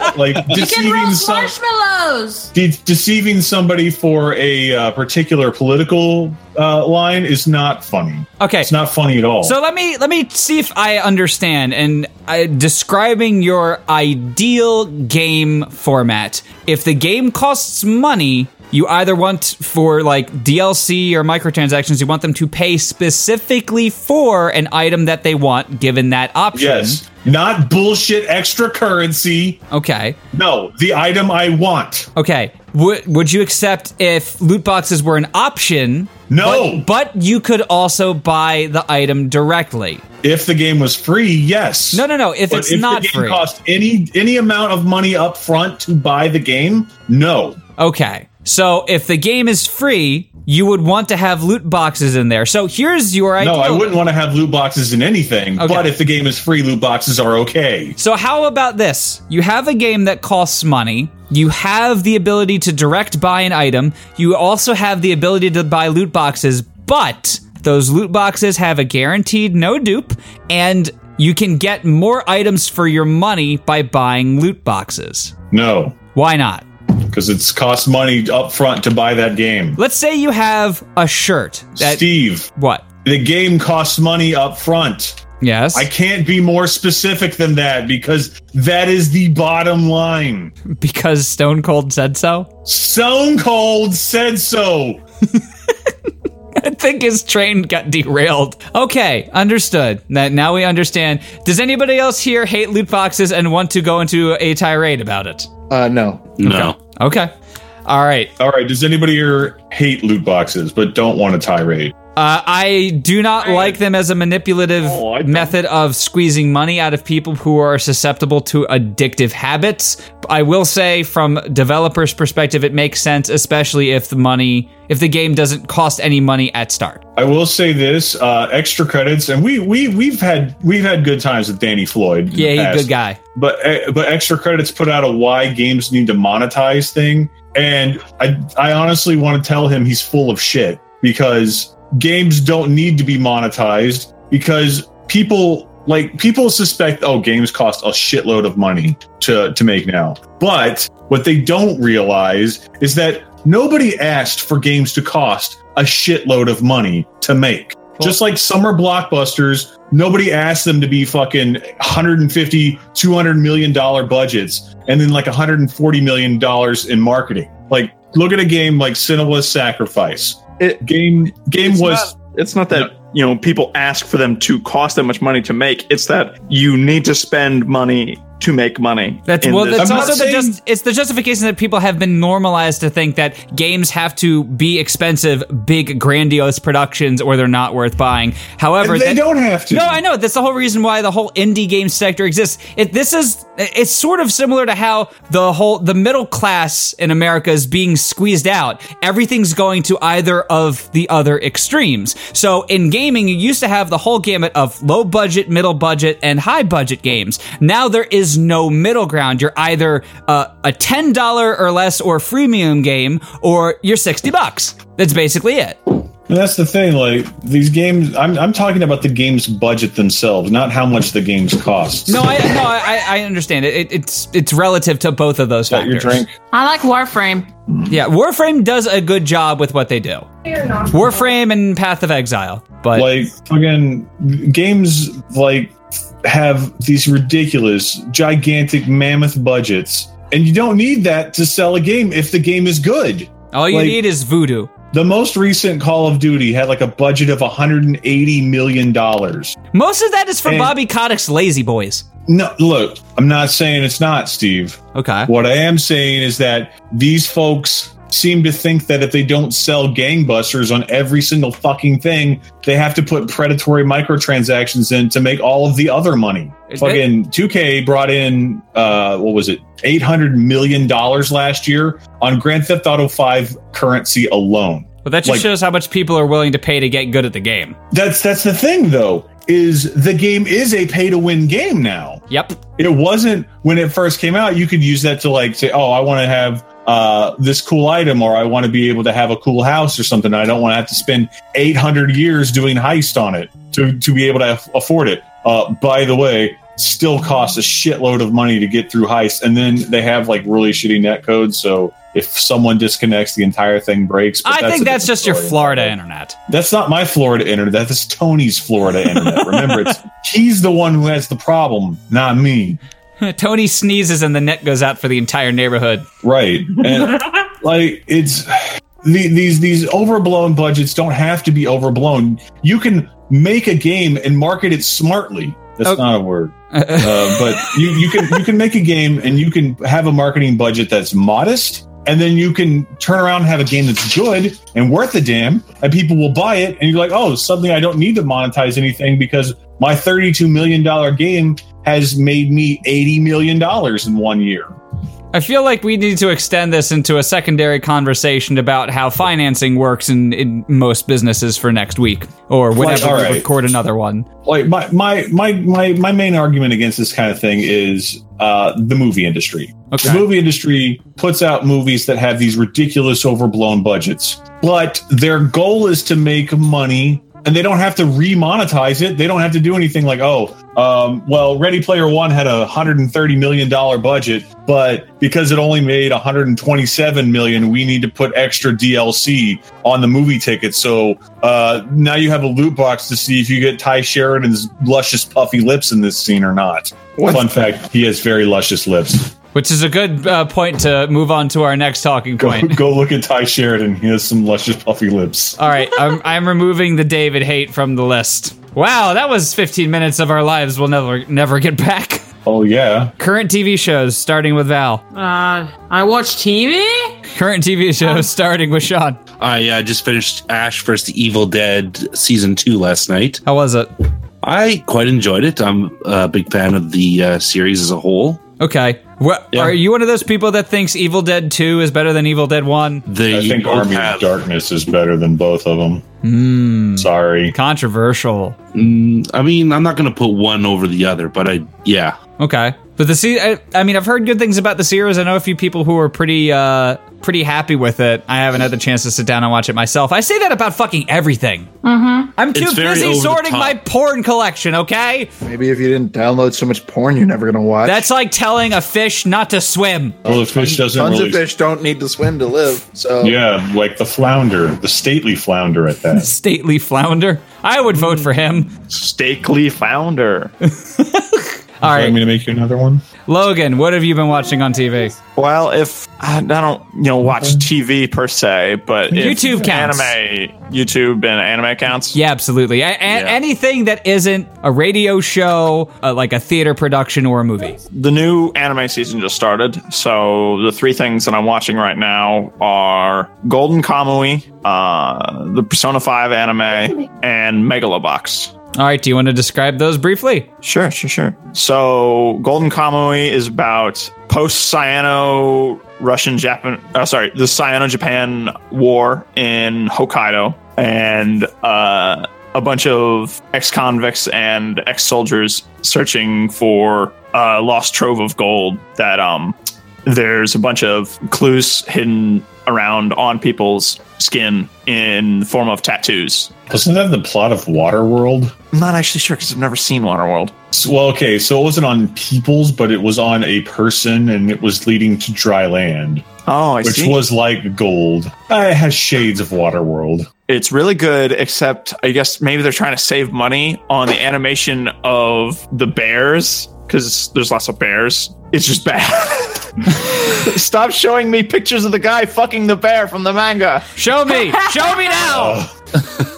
Speaker 3: But- like
Speaker 2: you can
Speaker 3: deceiving
Speaker 2: roast
Speaker 3: some,
Speaker 2: marshmallows.
Speaker 3: de- deceiving somebody for a uh, particular political uh, line is not funny.
Speaker 1: Okay.
Speaker 3: It's not funny at all.
Speaker 1: So let me let me see if I understand and uh, describing your ideal game format. If the game costs money, you either want for like DLC or microtransactions, you want them to pay specifically for an item that they want, given that option.
Speaker 3: yes, not bullshit extra currency.
Speaker 1: Okay.
Speaker 3: No, the item I want.
Speaker 1: Okay. Would would you accept if loot boxes were an option?
Speaker 3: No.
Speaker 1: But, but you could also buy the item directly.
Speaker 3: If the game was free, yes.
Speaker 1: No, no, no. If
Speaker 3: But
Speaker 1: it's
Speaker 3: if
Speaker 1: not
Speaker 3: the game
Speaker 1: free.
Speaker 3: cost any any amount of money up front to buy the game, no.
Speaker 1: Okay. So if the game is free, you would want to have loot boxes in there. So here's your idea.
Speaker 3: No, I wouldn't want to have loot boxes in anything,
Speaker 1: Okay.
Speaker 3: but if the game is free, loot boxes are okay.
Speaker 1: So how about this? You have a game that costs money. You have the ability to direct buy an item. You also have the ability to buy loot boxes, but those loot boxes have a guaranteed no dupe and you can get more items for your money by buying loot boxes.
Speaker 3: No,
Speaker 1: Why not?
Speaker 3: because it's cost money up front to buy that game.
Speaker 1: Let's say you have a shirt that
Speaker 3: Steve,
Speaker 1: what?
Speaker 3: the game costs money up front.
Speaker 1: Yes.
Speaker 3: I can't be more specific than that because that is the bottom line.
Speaker 1: because Stone Cold said so?
Speaker 3: Stone Cold said so.
Speaker 1: I think his train got derailed. Okay, understood. That now we understand. Does anybody else here hate loot boxes and want to go into a tirade about it?
Speaker 6: Uh, no.
Speaker 5: No.
Speaker 1: Okay. All right.
Speaker 3: All right, does anybody here hate loot boxes but don't want a tirade?
Speaker 1: Uh, I do not like them as a manipulative
Speaker 3: Oh, I don't-
Speaker 1: method of squeezing money out of people who are susceptible to addictive habits. I will say, from developers' perspective, it makes sense, especially if the money, if the game doesn't cost any money at start.
Speaker 3: I will say this: uh, extra credits, and we we we've had we've had good times with Danny Floyd. in the
Speaker 1: Yeah, he's a
Speaker 3: past.
Speaker 1: good guy.
Speaker 3: But eh, but extra credits put out a why games need to monetize thing, and I I honestly want to tell him he's full of shit because games don't need to be monetized because people like people suspect oh games cost a shitload of money to to make now but what they don't realize is that nobody asked for games to cost a shitload of money to make just like summer blockbusters nobody asked them to be fucking 150 200 million dollar budgets and then like 140 million dollars in marketing like look at a game like cinema's sacrifice
Speaker 6: It-
Speaker 3: game game
Speaker 4: It's
Speaker 3: was
Speaker 4: not- it's not that you know people ask for them to cost that much money to make. It's that you need to spend money to make money.
Speaker 1: That's
Speaker 4: in
Speaker 1: well.
Speaker 4: this-
Speaker 1: That's
Speaker 3: I'm not
Speaker 1: also the
Speaker 3: saying-
Speaker 1: just. It's the justification that people have been normalized to think that games have to be expensive, big, grandiose productions, or they're not worth buying. However,
Speaker 3: And they
Speaker 1: that-
Speaker 3: don't have to.
Speaker 1: No, I know. That's the whole reason why the whole indie game sector exists. It, this is it's sort of similar to how the whole the middle class in America is being squeezed out. Everything's going to either of the other extremes. So in gaming, you used to have the whole gamut of low budget, middle budget, and high budget games. Now there is no middle ground. You're either uh, a ten dollar or less or freemium game, or you're sixty bucks. That's basically it.
Speaker 3: And that's the thing. Like these games, I'm, I'm talking about the game's budget themselves, not how much the games cost.
Speaker 1: No, I no, I, I understand it. it. It's it's relative to both of those
Speaker 3: Got
Speaker 1: factors.
Speaker 3: your drink.
Speaker 2: I like Warframe.
Speaker 1: Yeah, Warframe does a good job with what they do. Warframe and Path of Exile, but
Speaker 3: Like fucking games, like have these ridiculous, gigantic, mammoth budgets, and you don't need that to sell a game if the game is good.
Speaker 1: all you
Speaker 3: like-
Speaker 1: need is voodoo.
Speaker 3: The most recent Call of Duty had like a budget of 180 million dollars.
Speaker 1: Most of that is from
Speaker 3: And-
Speaker 1: Bobby Kotick's Lazy Boys.
Speaker 3: No, look, I'm not saying it's not, Steve.
Speaker 1: Okay.
Speaker 3: What I am saying is that these folks seem to think that if they don't sell gangbusters on every single fucking thing, they have to put predatory microtransactions in to make all of the other money.
Speaker 1: Is it-
Speaker 3: Fucking 2K brought in uh what was it? 800 million dollars last year on Grand Theft Auto 5 currency alone.
Speaker 1: Well, that just
Speaker 3: Like-
Speaker 1: shows how much people are willing to pay to get good at the game.
Speaker 3: That's that's the thing though is the game is a pay to win game now.
Speaker 1: Yep.
Speaker 3: it wasn't when it first came out you could use that to like say oh i want to have uh, this cool item or i want to be able to have a cool house or something i don't want to have to spend 800 years doing heist on it to, to be able to aff- afford it uh, by the way still costs a shitload of money to get through heist and then they have like really shitty net codes so if someone disconnects the entire thing breaks but
Speaker 1: I
Speaker 3: a
Speaker 1: think that's
Speaker 3: different
Speaker 1: just your
Speaker 3: story.
Speaker 1: Florida internet.
Speaker 3: That's not my Florida internet. That's Tony's Florida internet. Remember, it's, he's the one who has the problem, not me.
Speaker 1: Tony sneezes and the net goes out for the entire neighborhood.
Speaker 3: right and like it's the, these these overblown budgets don't have to be overblown you can make a game and market it smartly that's
Speaker 1: Oh.
Speaker 3: not a word uh, but you, you can you can make a game and you can have a marketing budget that's modest and then you can turn around and have a game that's good and worth a damn and people will buy it and you're like oh suddenly i don't need to monetize anything because my $32 million game has made me $80 million in one year
Speaker 1: I feel like we need to extend this into a secondary conversation about how financing works in, in most businesses for next week or whenever
Speaker 3: all
Speaker 1: we
Speaker 3: right.
Speaker 1: record another one.
Speaker 3: like my my my my my main argument against this kind of thing is uh, the movie industry.
Speaker 1: Okay.
Speaker 3: The movie industry puts out movies that have these ridiculous, overblown budgets, but their goal is to make money, and they don't have to remonetize it. They don't have to do anything like, oh, um, well, Ready Player One had a hundred and thirty million dollar budget, but because it only made one hundred and twenty seven million, we need to put extra DLC on the movie ticket. So uh, now you have a loot box to see if you get Ty Sheridan's luscious puffy lips in this scene or not. Fun fact: he has very luscious lips.
Speaker 1: Which is a good uh, point to move on to our next talking
Speaker 3: Go,
Speaker 1: point.
Speaker 3: go look at Ty Sheridan. He has some luscious puffy lips.
Speaker 1: All right, I'm, I'm removing the David hate from the list. Wow, that was 15 minutes of our lives we'll never never get back.
Speaker 3: Oh yeah.
Speaker 1: Current TV shows, starting with Val.
Speaker 2: Uh, I watch TV?
Speaker 1: Current TV shows starting with Sean.
Speaker 5: I uh, just finished Ash vs. the Evil Dead season two last night.
Speaker 1: How was it?
Speaker 5: I quite enjoyed it. I'm a big fan of the uh, series as a whole.
Speaker 1: Okay. Wha-
Speaker 5: Yeah.
Speaker 1: Are you one of those people that thinks Evil Dead 2 is better than Evil Dead 1?
Speaker 5: The
Speaker 3: I think Army of Darkness is better than both of them.
Speaker 4: Hmm.
Speaker 3: Sorry.
Speaker 1: Controversial.
Speaker 5: Mm, I mean, I'm not going to put one over the other, but I yeah.
Speaker 1: Okay. But the se- I, I mean, I've heard good things about the series. I know a few people who are pretty, uh, pretty happy with it. I haven't had the chance to sit down and watch it myself. I say that about fucking everything. Mm-hmm. I'm too
Speaker 5: It's very
Speaker 1: busy
Speaker 5: over the
Speaker 1: sorting
Speaker 5: top.
Speaker 1: my porn collection. Okay,
Speaker 6: Maybe if you didn't download so much porn, you're never gonna watch.
Speaker 1: that's like telling a fish not to swim.
Speaker 3: Well, the fish doesn't
Speaker 6: Tons
Speaker 3: really.
Speaker 6: of fish don't need to swim to live. So
Speaker 3: Yeah, like the flounder, the stately flounder at that.
Speaker 1: Stately flounder. I would vote for him.
Speaker 4: Stakely founder.
Speaker 1: All
Speaker 3: You want
Speaker 1: right,
Speaker 3: me to make you another one?
Speaker 1: Logan. What have you been watching on TV?
Speaker 4: Well, if I don't, you know, watch TV per se, but if
Speaker 1: YouTube counts.
Speaker 4: anime, YouTube, and anime counts.
Speaker 1: Yeah, absolutely. A- a- Anything that isn't a radio show, uh, like a theater production or a movie.
Speaker 4: The new anime season just started, so the three things that I'm watching right now are Golden Kamui, uh, the Persona 5 anime, and Megalobox.
Speaker 1: All right, do you want to describe those briefly?
Speaker 4: Sure, sure, sure. So, Golden Kamui is about post Cyano Russian Japan, uh, sorry, the Cyano Japan war in Hokkaido, and uh, a bunch of ex convicts and ex soldiers searching for a lost trove of gold that um, there's a bunch of clues hidden around on people's skin in the form of tattoos.
Speaker 3: Wasn't that the plot of Waterworld?
Speaker 4: I'm not actually sure because I've never seen Waterworld.
Speaker 3: S- Well, okay, so it wasn't on peoples, but it was on a person, and it was leading to dry land,
Speaker 4: Oh, I
Speaker 3: which
Speaker 4: see.
Speaker 3: was like gold. Uh, It has shades of Waterworld.
Speaker 4: it's really good except i guess maybe they're trying to save money on the animation of the bears because there's lots of bears it's just bad stop showing me pictures of the guy fucking the bear from the manga
Speaker 1: Show me! Show me now!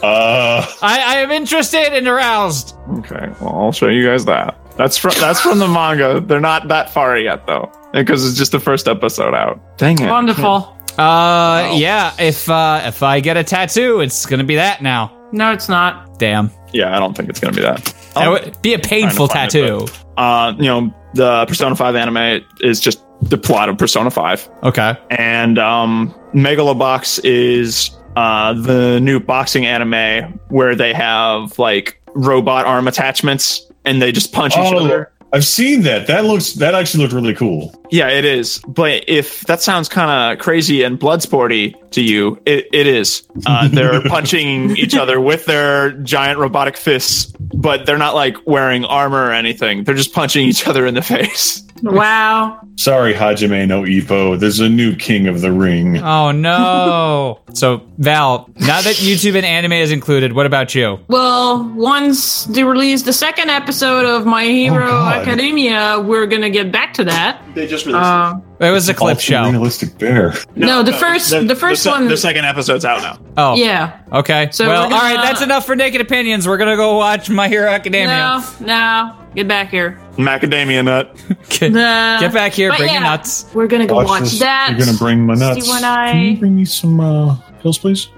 Speaker 3: Uh,
Speaker 1: I, I am interested and aroused.
Speaker 4: okay well i'll show you guys that that's from that's from the manga they're not that far yet though because it's just the first episode out dang it
Speaker 2: Wonderful.
Speaker 1: Uh, yeah. If uh, if I get a tattoo, it's gonna be that now.
Speaker 2: No, it's not.
Speaker 1: Damn,
Speaker 4: yeah i don't think it's gonna be that
Speaker 1: that would be a painful
Speaker 4: Oh. trying to
Speaker 1: tattoo.
Speaker 4: find uh you know the persona 5 anime is just the plot of persona 5
Speaker 1: Okay.
Speaker 4: and um, Megalobox is uh, the new boxing anime where they have like robot arm attachments and they just punch each
Speaker 3: oh,
Speaker 4: other.
Speaker 3: I've seen that. That looks. That actually looked really cool.
Speaker 4: Yeah, it is. But if that sounds kind of crazy and blood sporty to you, it, it is. Uh, they're punching each other with their giant robotic fists, but they're not like wearing armor or anything. They're just punching each other in the face.
Speaker 2: Wow.
Speaker 3: Sorry, Hajime no Ippo. There's a new king of the ring.
Speaker 1: Oh no. so Val, now that YouTube and anime is included, what about you?
Speaker 2: Well, once they release the second episode of My Hero
Speaker 3: Oh, God.
Speaker 2: Academia, we're gonna get back to that.
Speaker 4: They just released.
Speaker 2: Uh,
Speaker 1: It was a clip
Speaker 3: Ultra
Speaker 1: show.
Speaker 3: Realistic bear.
Speaker 2: no, the first, the, first
Speaker 4: se-
Speaker 2: one.
Speaker 4: The second episode's out now.
Speaker 1: Oh,
Speaker 2: yeah.
Speaker 1: Okay.
Speaker 2: So
Speaker 1: well,
Speaker 2: we're
Speaker 1: all right.
Speaker 2: gonna-
Speaker 1: That's enough for naked opinions. We're gonna go watch My Hero Academia.
Speaker 2: No, no, get back here.
Speaker 4: Macadamia nut.
Speaker 1: Get,
Speaker 2: No.
Speaker 1: get back here.
Speaker 2: But
Speaker 1: Bring
Speaker 2: yeah,
Speaker 1: your nuts.
Speaker 2: We're gonna go watch,
Speaker 3: this.
Speaker 2: that.
Speaker 3: You're gonna bring my nuts.
Speaker 2: See when
Speaker 3: Can you
Speaker 2: I
Speaker 3: bring me some uh, pills, please?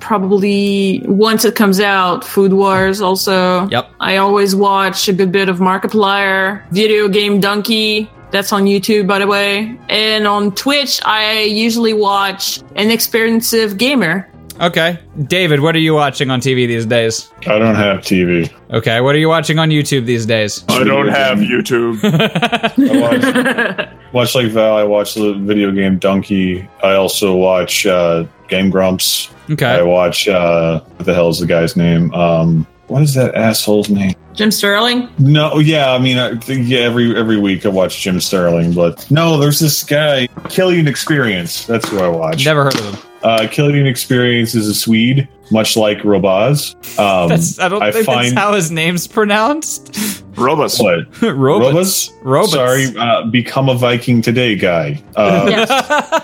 Speaker 2: probably once it comes out, Food Wars also.
Speaker 1: Yep.
Speaker 2: I always watch a good bit of Markiplier, Video Game Donkey. That's on YouTube, by the way. And on Twitch, I usually watch an expensive gamer.
Speaker 1: Okay, David, what are you watching on TV these days?
Speaker 3: I don't have TV.
Speaker 1: Okay, what are you watching on YouTube these days?
Speaker 4: I don't have YouTube.
Speaker 3: I watch, watch like Val. I watch the video game Donkey. I also watch uh, Game Grumps. I
Speaker 1: Okay.
Speaker 3: watch uh, what the hell is the guy's name? Um, what is that asshole's name?
Speaker 2: Jim Sterling?
Speaker 3: No, yeah, I mean, I think, yeah, every every week I watch Jim Sterling, but no, there's this guy Killian Experience. That's who I watch.
Speaker 1: Never heard of him.
Speaker 3: Uh, Killian Experience is a Swede, much like Robaz. Um,
Speaker 1: That's, I don't
Speaker 3: I
Speaker 1: think
Speaker 3: find
Speaker 1: that's how his name's pronounced.
Speaker 4: Robus.
Speaker 3: what
Speaker 1: Robots.
Speaker 3: Robaz.
Speaker 1: Robots.
Speaker 3: Sorry, uh, become a Viking today, guy. Uh,
Speaker 2: Yeah.
Speaker 4: uh,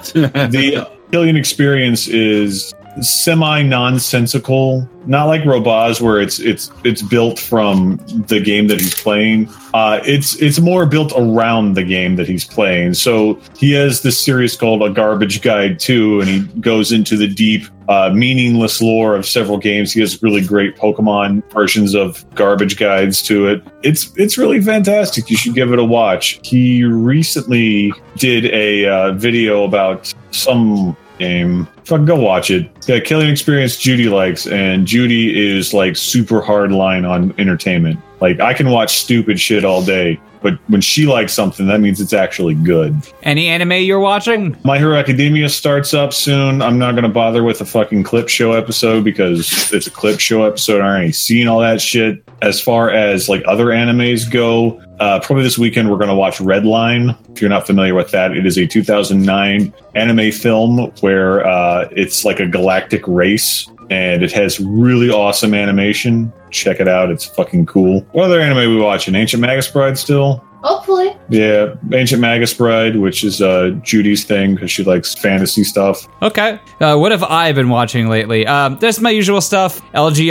Speaker 3: the Killian experience is semi nonsensical, not like Robaz where it's it's it's built from the game that he's playing. Uh, it's it's more built around the game that he's playing. So he has this series called A Garbage Guide 2, and he goes into the deep, uh, meaningless lore of several games. He has really great Pokemon versions of garbage guides to it. It's it's really fantastic. You should give it a watch. He recently did a uh, video about some game. Fuck, go watch it. Yeah, Killing Experience Judy likes, and Judy is like super hard line on entertainment. Like I can watch stupid shit all day, but when she likes something, that means it's actually good.
Speaker 1: Any anime you're watching?
Speaker 3: My Hero Academia starts up soon. I'm not going to bother with a fucking clip show episode because it's a clip show episode. I already seen all that shit. As far as like other animes go, uh, probably this weekend we're going to watch Redline. If you're not familiar with that, it is a 2009 anime film where uh, it's like a galactic race and it has really awesome animation. Check it out. It's fucking cool. What other anime we watching? Ancient Magus Bride still?
Speaker 7: Hopefully.
Speaker 3: Yeah, Ancient Magus Bride, which is uh, Judy's thing because she likes fantasy stuff.
Speaker 1: Okay. Uh, what have I been watching lately? Um, there's my usual stuff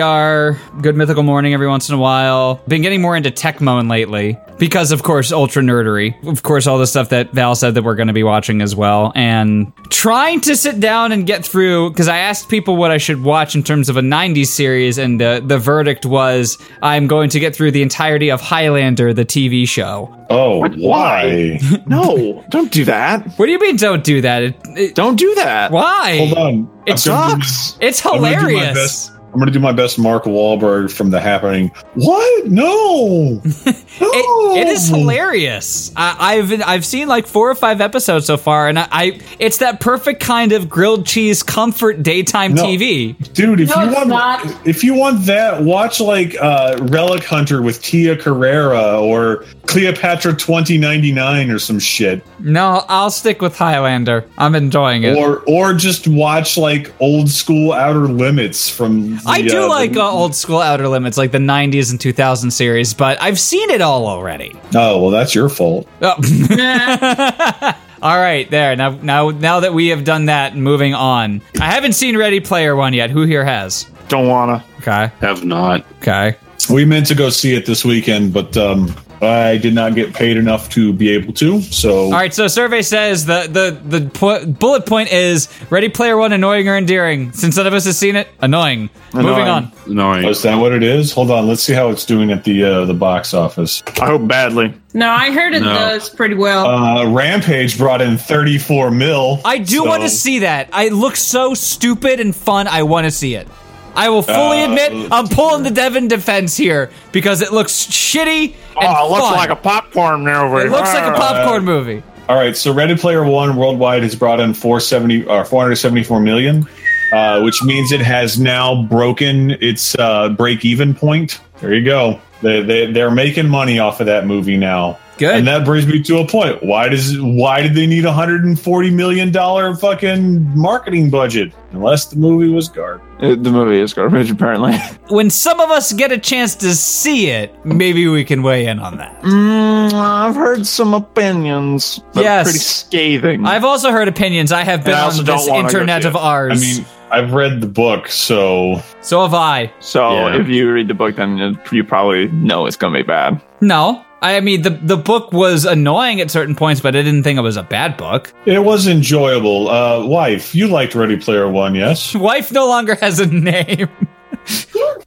Speaker 1: LGR, Good Mythical Morning every once in a while. Been getting more into Techmoan lately because, of course, Ultra Nerdery. Of course, all the stuff that Val said that we're going to be watching as well. And trying to sit down and get through because I asked people what I should watch in terms of a 90s series, and the, the verdict was I'm going to get through the entirety of Highlander, the TV show.
Speaker 3: Oh,
Speaker 4: What?
Speaker 3: why?
Speaker 4: No, don't do that.
Speaker 1: What do you mean don't do that? It, it,
Speaker 4: Don't do that.
Speaker 1: why?
Speaker 3: Hold on.
Speaker 1: It
Speaker 3: I'm gonna do
Speaker 4: Sucks.
Speaker 1: It's
Speaker 3: my- I'm gonna do my
Speaker 1: hilarious.
Speaker 3: best- I'm going to do my best Mark Wahlberg from The Happening. What? No. no.
Speaker 1: It, it is hilarious. I, I've I've seen like four or five episodes so far, and I, I it's that perfect kind of grilled cheese comfort daytime
Speaker 3: No.
Speaker 1: TV.
Speaker 3: Dude, if
Speaker 2: No,
Speaker 3: you
Speaker 2: it's
Speaker 3: want
Speaker 2: not.
Speaker 3: if you want that, watch like uh, Relic Hunter with Tia Carrera or Cleopatra 2099 or some shit.
Speaker 1: No, I'll stick with Highlander. I'm enjoying it.
Speaker 3: Or or just watch like old school Outer Limits from the,
Speaker 1: I do
Speaker 3: uh,
Speaker 1: like
Speaker 3: the-
Speaker 1: uh, old school Outer Limits, like the '90s and 2000 series, but I've seen it all already.
Speaker 3: Oh, well that's your fault.
Speaker 1: Oh.
Speaker 2: Nah.
Speaker 1: All right, there. Now, now, now that we have done that, moving on. I haven't seen Ready Player One yet. Who here has?
Speaker 4: Don't wanna.
Speaker 1: Okay,
Speaker 5: Have not.
Speaker 1: okay.
Speaker 3: We meant to go see it this weekend, but um, I did not get paid enough to be able to. So
Speaker 1: All right, so survey says the the the po- bullet point is Ready Player One annoying or endearing. Since none of us has seen it, annoying. Moving
Speaker 4: Annoying.
Speaker 1: on.
Speaker 5: Annoying.
Speaker 3: is that what it is? Hold on, let's see how it's doing at the uh, the box office.
Speaker 4: I hope badly.
Speaker 2: no, I heard it
Speaker 5: No.
Speaker 2: does pretty well.
Speaker 3: Uh, Rampage brought in 34 mil.
Speaker 1: I do
Speaker 3: so-
Speaker 1: want to see that. I look so stupid and fun. I want to see it. I will fully
Speaker 3: Uh,
Speaker 1: admit I'm pulling the Devon defense here because it looks shitty and
Speaker 4: oh, it looks
Speaker 1: fun.
Speaker 4: like a popcorn movie.
Speaker 1: it looks like a popcorn movie.
Speaker 3: All right, so Ready Player One worldwide has brought in uh, 470 or 474 million, uh, which means it has now broken its uh, break even point. There you go. They, they, they're making money off of that movie now.
Speaker 1: Good.
Speaker 3: And that brings me to a point. Why does why did they need a hundred and forty million dollar fucking marketing budget? Unless the movie was garbage.
Speaker 4: It- Uh, the movie is garbage, apparently.
Speaker 1: When some of us get a chance to see it, maybe we can weigh in on that.
Speaker 4: Mm, I've heard some opinions. that are
Speaker 1: Yes.
Speaker 4: pretty scathing.
Speaker 1: I've also heard opinions. I have been
Speaker 4: And I
Speaker 1: on
Speaker 4: also don't
Speaker 1: this
Speaker 4: wanna go
Speaker 1: internet
Speaker 4: see
Speaker 1: of
Speaker 4: it.
Speaker 1: ours.
Speaker 3: I mean, I've read the book, so
Speaker 1: so have I.
Speaker 4: so
Speaker 5: Yeah.
Speaker 4: if you read the book, then you- you probably know it's gonna be bad.
Speaker 1: No. I mean the the book was annoying at certain points, but I didn't think it was a bad book.
Speaker 3: it was enjoyable. Uh, wife, you liked Ready Player One, yes?
Speaker 1: Wife no longer has a name.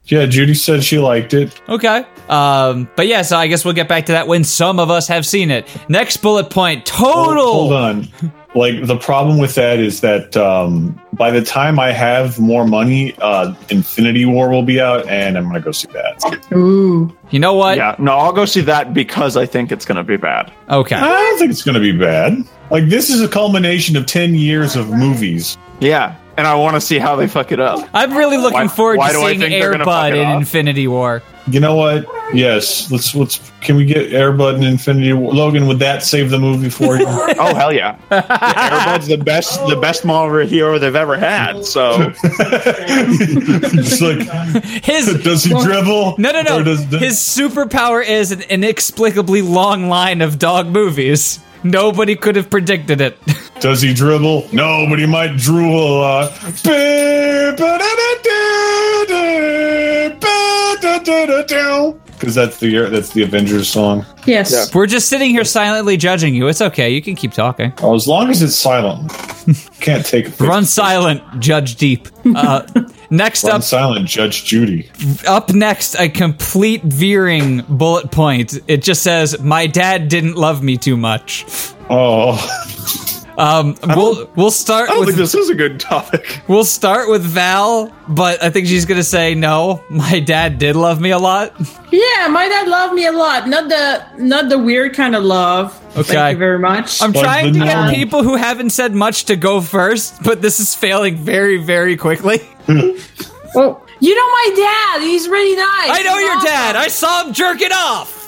Speaker 3: Yeah, Judy said she liked it.
Speaker 1: okay. Um but yeah, so I guess we'll get back to that when some of us have seen it. Next bullet point, total
Speaker 3: Well, hold on. Like the problem with that is that um, by the time I have more money, uh, Infinity War will be out, and I'm gonna go see that.
Speaker 2: Ooh.
Speaker 1: You know what?
Speaker 4: yeah, no, I'll go see that because I think it's gonna be bad.
Speaker 1: Okay.
Speaker 3: I don't think it's gonna be bad. Like this is a culmination of ten years of movies.
Speaker 4: Yeah, and I want to see how they fuck it up.
Speaker 1: I'm really looking
Speaker 4: Why-
Speaker 1: forward
Speaker 4: why
Speaker 1: to
Speaker 4: do I
Speaker 1: seeing
Speaker 4: think they're gonna fuck
Speaker 1: Airbud
Speaker 4: it
Speaker 1: in
Speaker 4: up?
Speaker 1: Infinity War.
Speaker 3: You know what? Yes, let's let's. Can we get Airbud and Infinity War? Logan, would that save the movie for you?
Speaker 4: Oh hell yeah! yeah Airbud's the best, the best Marvel hero they've ever had. So
Speaker 3: it's like,
Speaker 1: His
Speaker 3: does he dribble?
Speaker 1: No, no, no.
Speaker 3: Or does- does-
Speaker 1: His superpower is an inexplicably long line of dog movies. Nobody could have predicted it.
Speaker 3: Does he dribble? No, but he might drool a lot. Because that's the that's the Avengers song.
Speaker 2: Yes.
Speaker 6: Yeah.
Speaker 1: We're just sitting here silently judging you. It's okay. You can keep talking.
Speaker 3: Oh, as long as it's silent, can't take a picture.
Speaker 1: Run silent, judge deep. Uh, next
Speaker 3: Run
Speaker 1: up,
Speaker 3: silent, Judge Judy.
Speaker 1: up next, a complete veering bullet point. It just says, "My dad didn't love me too much."
Speaker 3: Oh,
Speaker 1: Um, we'll we'll start
Speaker 4: I don't
Speaker 1: with
Speaker 4: think this is a good topic.
Speaker 1: we'll start with Val, but I think she's gonna say no. My dad did love me a lot.
Speaker 2: Yeah, my dad loved me a lot. Not the not the weird kind of love.
Speaker 1: Okay.
Speaker 2: Thank you very much.
Speaker 1: I'm
Speaker 3: Like
Speaker 1: trying
Speaker 3: the
Speaker 1: to get
Speaker 3: normal.
Speaker 1: people who haven't said much to go first, but this is failing very very quickly.
Speaker 2: well, you know my dad. He's really nice.
Speaker 1: I know
Speaker 2: He's
Speaker 1: your
Speaker 2: awesome.
Speaker 1: dad. I saw him jerking off.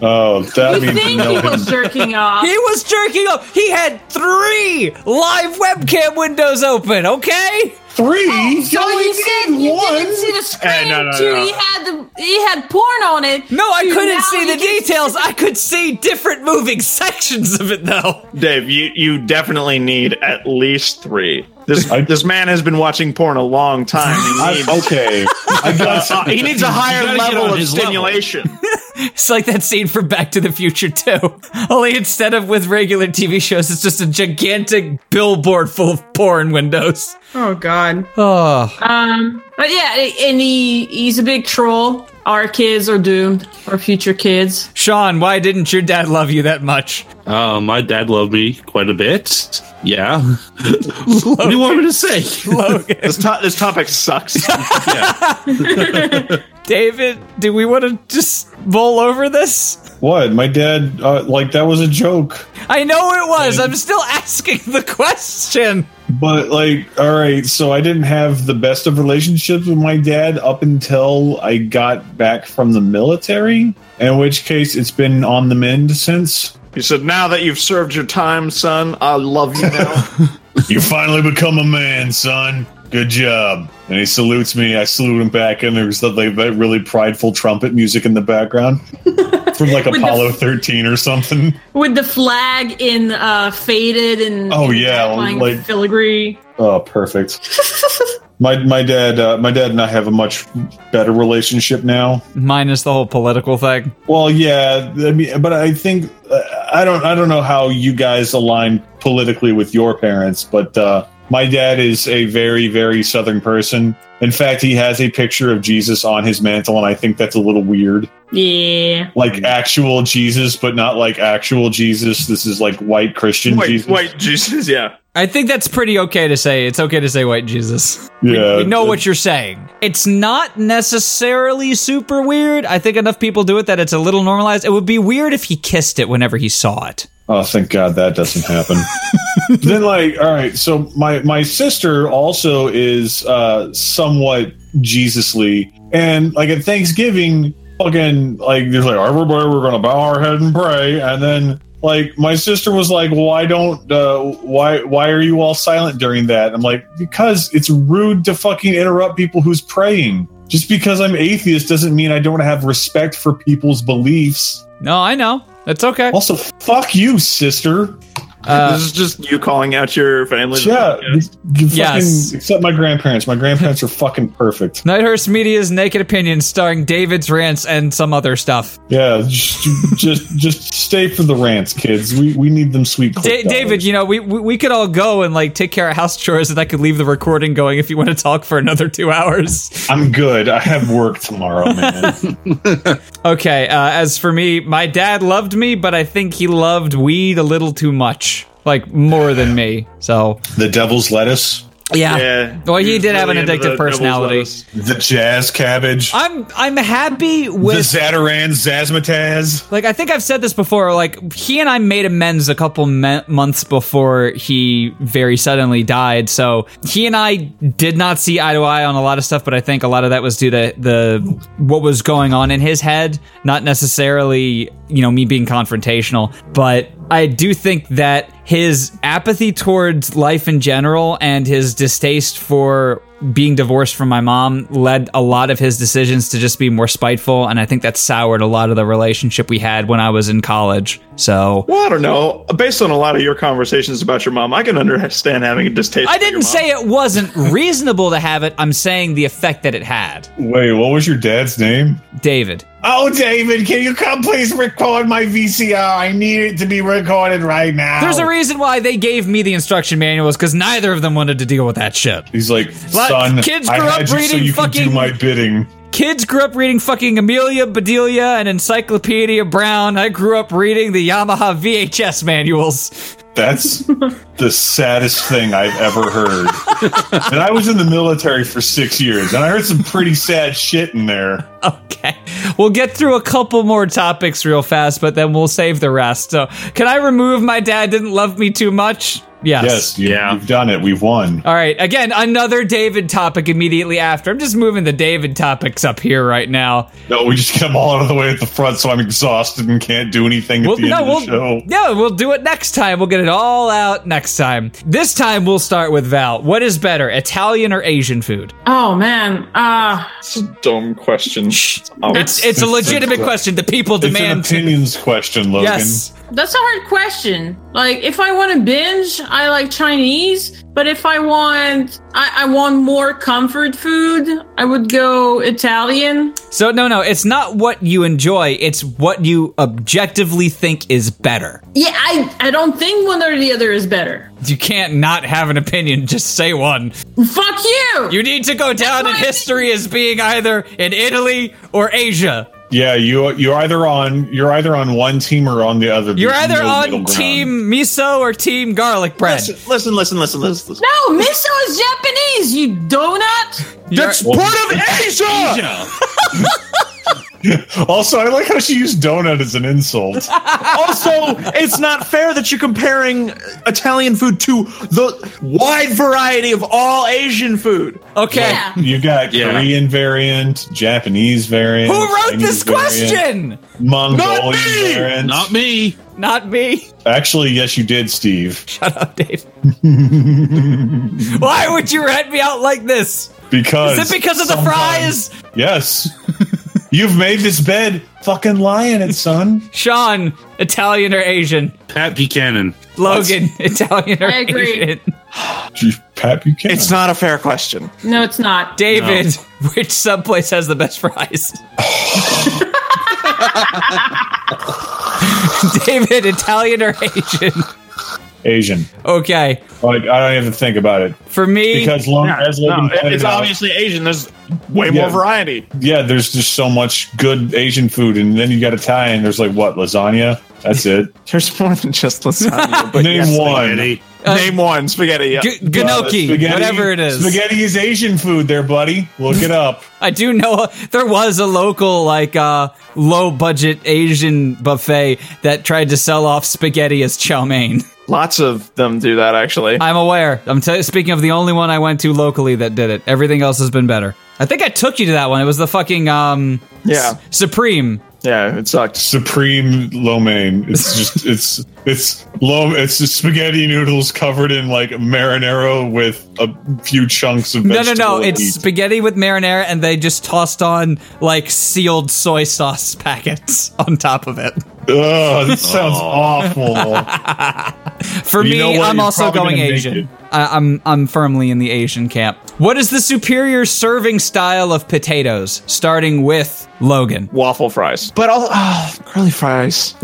Speaker 3: oh, that
Speaker 2: You
Speaker 3: means
Speaker 2: think
Speaker 3: no.
Speaker 2: he was jerking off?
Speaker 1: He was jerking off. He had three live webcam windows open. Okay.
Speaker 3: Three.
Speaker 2: So
Speaker 3: You only
Speaker 2: you said
Speaker 3: need
Speaker 2: you
Speaker 3: one.
Speaker 2: didn't see the screen
Speaker 4: Eh, no, no,
Speaker 2: too.
Speaker 4: no.
Speaker 2: He had the he had porn on it.
Speaker 1: No, I
Speaker 2: Dude,
Speaker 1: couldn't
Speaker 2: now
Speaker 1: see
Speaker 2: you
Speaker 1: the
Speaker 2: can-
Speaker 1: details. I could see different moving sections of it, though.
Speaker 4: Dave, you, you definitely need at least three. This this man has been watching porn a long time. He needs,
Speaker 3: I- okay, I got
Speaker 4: uh, he needs a higher
Speaker 5: gotta get
Speaker 4: level
Speaker 5: on
Speaker 4: of
Speaker 5: his level.
Speaker 4: stimulation.
Speaker 1: It's like that scene from Back to the Future too. Only instead of with regular TV shows, it's just a gigantic billboard full of porn windows.
Speaker 2: Oh God.
Speaker 1: Oh,
Speaker 2: Um. But yeah, and he he's a big troll. Our kids are doomed. Our future kids.
Speaker 1: Sean, why didn't your dad love you that much?
Speaker 5: Uh, my dad loved me quite a bit. Yeah. what do you want me to say?
Speaker 1: Logan,
Speaker 4: This, to- this topic sucks.
Speaker 1: David, do we want to just bowl over this?
Speaker 3: what? My dad uh, like that was a joke.
Speaker 1: I know it was. I'm still asking the question.
Speaker 3: But like, all right, so I didn't have the best of relationships with my dad up until I got back from the military. In which case, it's been on the mend since.
Speaker 4: He said, "Now that you've served your time, son, I love you now."
Speaker 3: You finally become a man, son. Good job. And he salutes me. I salute him back, and there's that like that really prideful trumpet music in the background from like Apollo 13 or something.
Speaker 2: With the flag in uh faded and
Speaker 3: Oh, yeah,
Speaker 2: like,
Speaker 3: like-
Speaker 2: filigree.
Speaker 3: Oh, perfect. my my dad uh, my dad and I have a much better relationship now.
Speaker 1: Minus the whole political thing.
Speaker 3: Well, yeah, I mean, but I think uh, I don't I don't know how you guys align politically with your parents, but uh, my dad is a very very southern person. In fact, he has a picture of Jesus on his mantle, and I think that's a little weird.
Speaker 2: Yeah.
Speaker 3: Like actual Jesus, but not like actual Jesus. This is like white Christian
Speaker 4: Wait,
Speaker 3: Jesus.
Speaker 4: wait, Jesus, yeah.
Speaker 1: I think that's pretty okay to say. It's okay to say white Jesus.
Speaker 3: yeah,
Speaker 1: we know what you're saying. It's not necessarily super weird. I think enough people do it that it's a little normalized. It would be weird if he kissed it whenever he saw it.
Speaker 3: Oh, thank God that doesn't happen. then, like, all right. So my my sister also is uh, somewhat Jesusly, and like at Thanksgiving, fucking like there's like everybody we're gonna bow our head and pray, and then like my sister was like, why don't uh, why why are you all silent during that? I'm like because it's rude to fucking interrupt people who's praying. Just because I'm atheist doesn't mean I don't have respect for people's beliefs.
Speaker 1: No, I know. That's okay.
Speaker 3: Also, fuck you, sister.
Speaker 1: Uh,
Speaker 4: this is just you calling out your family.
Speaker 3: Yeah, you fucking,
Speaker 1: Yes.
Speaker 3: except my grandparents. My grandparents are fucking perfect.
Speaker 1: Nighthurst Media's Naked Opinions, starring David's rants and some other stuff.
Speaker 3: Yeah, just just, just stay for the rants, kids. We we need them sweet.
Speaker 1: Da-
Speaker 3: click
Speaker 1: David,
Speaker 3: dollars.
Speaker 1: you know, we, we we could all go and like take care of house chores, and I could leave the recording going if you want to talk for another two hours.
Speaker 3: I'm good. I have work tomorrow, man.
Speaker 1: Okay, uh, as for me, my dad loved me, but I think he loved weed a little too much. Like, more than me. So,
Speaker 3: the devil's lettuce,
Speaker 4: Yeah.
Speaker 1: Well, he
Speaker 4: He's
Speaker 1: did have an
Speaker 4: really into
Speaker 1: addictive
Speaker 4: the devil's
Speaker 1: personality.
Speaker 4: lettuce.
Speaker 3: the jazz cabbage,
Speaker 1: I'm I'm happy
Speaker 3: the
Speaker 1: with
Speaker 3: Zataran Zazmataz.
Speaker 1: like I think I've said this before. Like he and I made amends a couple me- months before he very suddenly died. So he and I did not see eye to eye on a lot of stuff, but I think a lot of that was due to the what was going on in his head, not necessarily you know me being confrontational, but I do think that his apathy towards life in general and his distaste for being divorced from my mom led a lot of his decisions to just be more spiteful. And I think that soured a lot of the relationship we had when I was in college. So
Speaker 4: Well, I don't know. Based on a lot of your conversations about your mom, I can understand having a distaste.
Speaker 1: I
Speaker 4: for your
Speaker 1: didn't
Speaker 4: mom.
Speaker 1: say it wasn't reasonable to have it. I'm saying the effect that it had.
Speaker 3: Wait, what was your dad's name?
Speaker 1: David.
Speaker 3: Oh, David, can you come please record my VCR? I need it to be recorded right now.
Speaker 1: There's a reason why they gave me the instruction manuals because neither of them wanted to deal with that shit.
Speaker 3: He's like,
Speaker 1: Like,
Speaker 3: son,
Speaker 1: kids
Speaker 3: I
Speaker 1: grew up
Speaker 3: had you so
Speaker 1: reading
Speaker 3: you could
Speaker 1: fucking-
Speaker 3: do my bidding.
Speaker 1: Kids grew up reading fucking Amelia Bedelia and Encyclopedia Brown. I grew up reading the Yamaha VHS manuals.
Speaker 3: That's the saddest thing I've ever heard. and I was in the military for six years, and I heard some pretty sad shit in there.
Speaker 1: Okay. We'll get through a couple more topics real fast, but then we'll save the rest. So, can I remove my dad didn't love me too much? Yes.
Speaker 3: Yes, you,
Speaker 4: Yeah.
Speaker 3: you've done it. We've won.
Speaker 1: All right. Again, another David topic immediately after. I'm just moving the David topics up here right now.
Speaker 3: No, we just get them all out of the way at the front, so I'm exhausted and can't do anything at
Speaker 1: Well,
Speaker 3: the end
Speaker 1: no,
Speaker 3: of the
Speaker 1: we'll,
Speaker 3: show.
Speaker 1: no, we'll do it next time. We'll get it all out next time. This time, we'll start with Val. What is better, Italian or Asian food?
Speaker 2: Oh man. Uh
Speaker 4: dumb question.
Speaker 1: It's it's a legitimate question. The people
Speaker 3: Oh, It's an
Speaker 1: demand.
Speaker 3: opinions question, Logan.
Speaker 1: yes.
Speaker 2: that's a hard question. Like if I want to binge, I like Chinese, but if I want I, I want more comfort food, I would go Italian.
Speaker 1: So no, no, it's not what you enjoy. It's what you objectively think is better.
Speaker 2: Yeah, I, I don't think one or the other is better.
Speaker 1: You can't not have an opinion. Just say one.
Speaker 2: Fuck you!
Speaker 1: You need to go down in
Speaker 2: my
Speaker 1: history as being either in Italy or Asia.
Speaker 3: Yeah, you you're either on you're either on one team or on the other.
Speaker 1: You're
Speaker 3: There's
Speaker 1: either
Speaker 3: no middle
Speaker 1: on
Speaker 3: ground.
Speaker 1: team miso or team garlic bread.
Speaker 4: Listen, listen, listen, listen, listen.
Speaker 2: no, miso is Japanese, you donut!
Speaker 1: That's
Speaker 4: part of Asia.
Speaker 3: Also, I like how she used donut as an insult.
Speaker 4: Also, it's not fair that you're comparing Italian food to the wide variety of all Asian food.
Speaker 1: okay.
Speaker 2: Yeah.
Speaker 3: You got
Speaker 5: Yeah.
Speaker 3: Korean variant, Japanese variant.
Speaker 1: Who wrote
Speaker 3: Chinese
Speaker 1: this question?
Speaker 3: Variant, Mongolian
Speaker 4: Not me!
Speaker 3: variant.
Speaker 5: Not me.
Speaker 1: Not me.
Speaker 3: Actually, yes, you did, Steve,
Speaker 1: Shut up, Dave. Why would you rat me out like this?
Speaker 3: because
Speaker 1: Is it because of the
Speaker 3: sometimes-
Speaker 1: fries?
Speaker 3: Yes. You've made this bed. Fucking lie in it, son.
Speaker 1: Sean, Italian or Asian?
Speaker 5: Pat Buchanan.
Speaker 1: Logan, Italian or
Speaker 2: I agree.
Speaker 1: Asian?
Speaker 3: Gee, Pat, you can't.
Speaker 4: It's not a fair question.
Speaker 2: No, it's not.
Speaker 1: David, which subplace has the best fries? David, Italian or Asian?
Speaker 3: Asian.
Speaker 1: Okay.
Speaker 3: Like, I don't even think about it.
Speaker 1: For me,
Speaker 3: Because long as Logan
Speaker 4: No,
Speaker 3: pointed
Speaker 4: it's
Speaker 3: out-
Speaker 4: obviously Asian. There's way
Speaker 3: Yeah.
Speaker 4: more variety.
Speaker 3: yeah, there's just so much good Asian food, and then you got Italian. There's like what lasagna. That's it.
Speaker 4: There's more than just lasagna. But
Speaker 3: Name
Speaker 4: yes,
Speaker 3: one.
Speaker 5: Eddie.
Speaker 4: Name one spaghetti. Yeah.
Speaker 1: G-
Speaker 3: Uh,
Speaker 1: gnocchi,
Speaker 3: spaghetti-
Speaker 1: whatever it is.
Speaker 3: Spaghetti is Asian food, there, buddy. Look it up.
Speaker 1: I do know there was a local, like, uh, low budget Asian buffet that tried to sell off spaghetti as chow mein.
Speaker 4: Lots of them do that actually.
Speaker 1: I'm aware. I'm t- speaking of the only one I went to locally that did it. Everything else has been better. I think I took you to that one. It was the fucking um
Speaker 4: Yeah.
Speaker 1: Supreme.
Speaker 4: Yeah, it sucks.
Speaker 3: Supreme lo mein. It's just it's it's lo it's just spaghetti noodles covered in like marinara with a few chunks of
Speaker 1: No, no,
Speaker 3: vegetable
Speaker 1: no. It's
Speaker 3: meat.
Speaker 1: spaghetti with marinara, and they just tossed on like sealed soy sauce packets on top of it.
Speaker 3: Ugh, this sounds
Speaker 1: Oh.
Speaker 3: awful.
Speaker 1: For
Speaker 3: You know
Speaker 1: me,
Speaker 3: what?
Speaker 1: I'm
Speaker 3: You're
Speaker 1: also
Speaker 3: probably
Speaker 1: going
Speaker 3: gonna make it.
Speaker 1: Asian. I, I'm I'm firmly in the Asian camp. What is the superior serving style of potatoes? Starting with Logan.
Speaker 4: Waffle fries. But all oh, curly fries.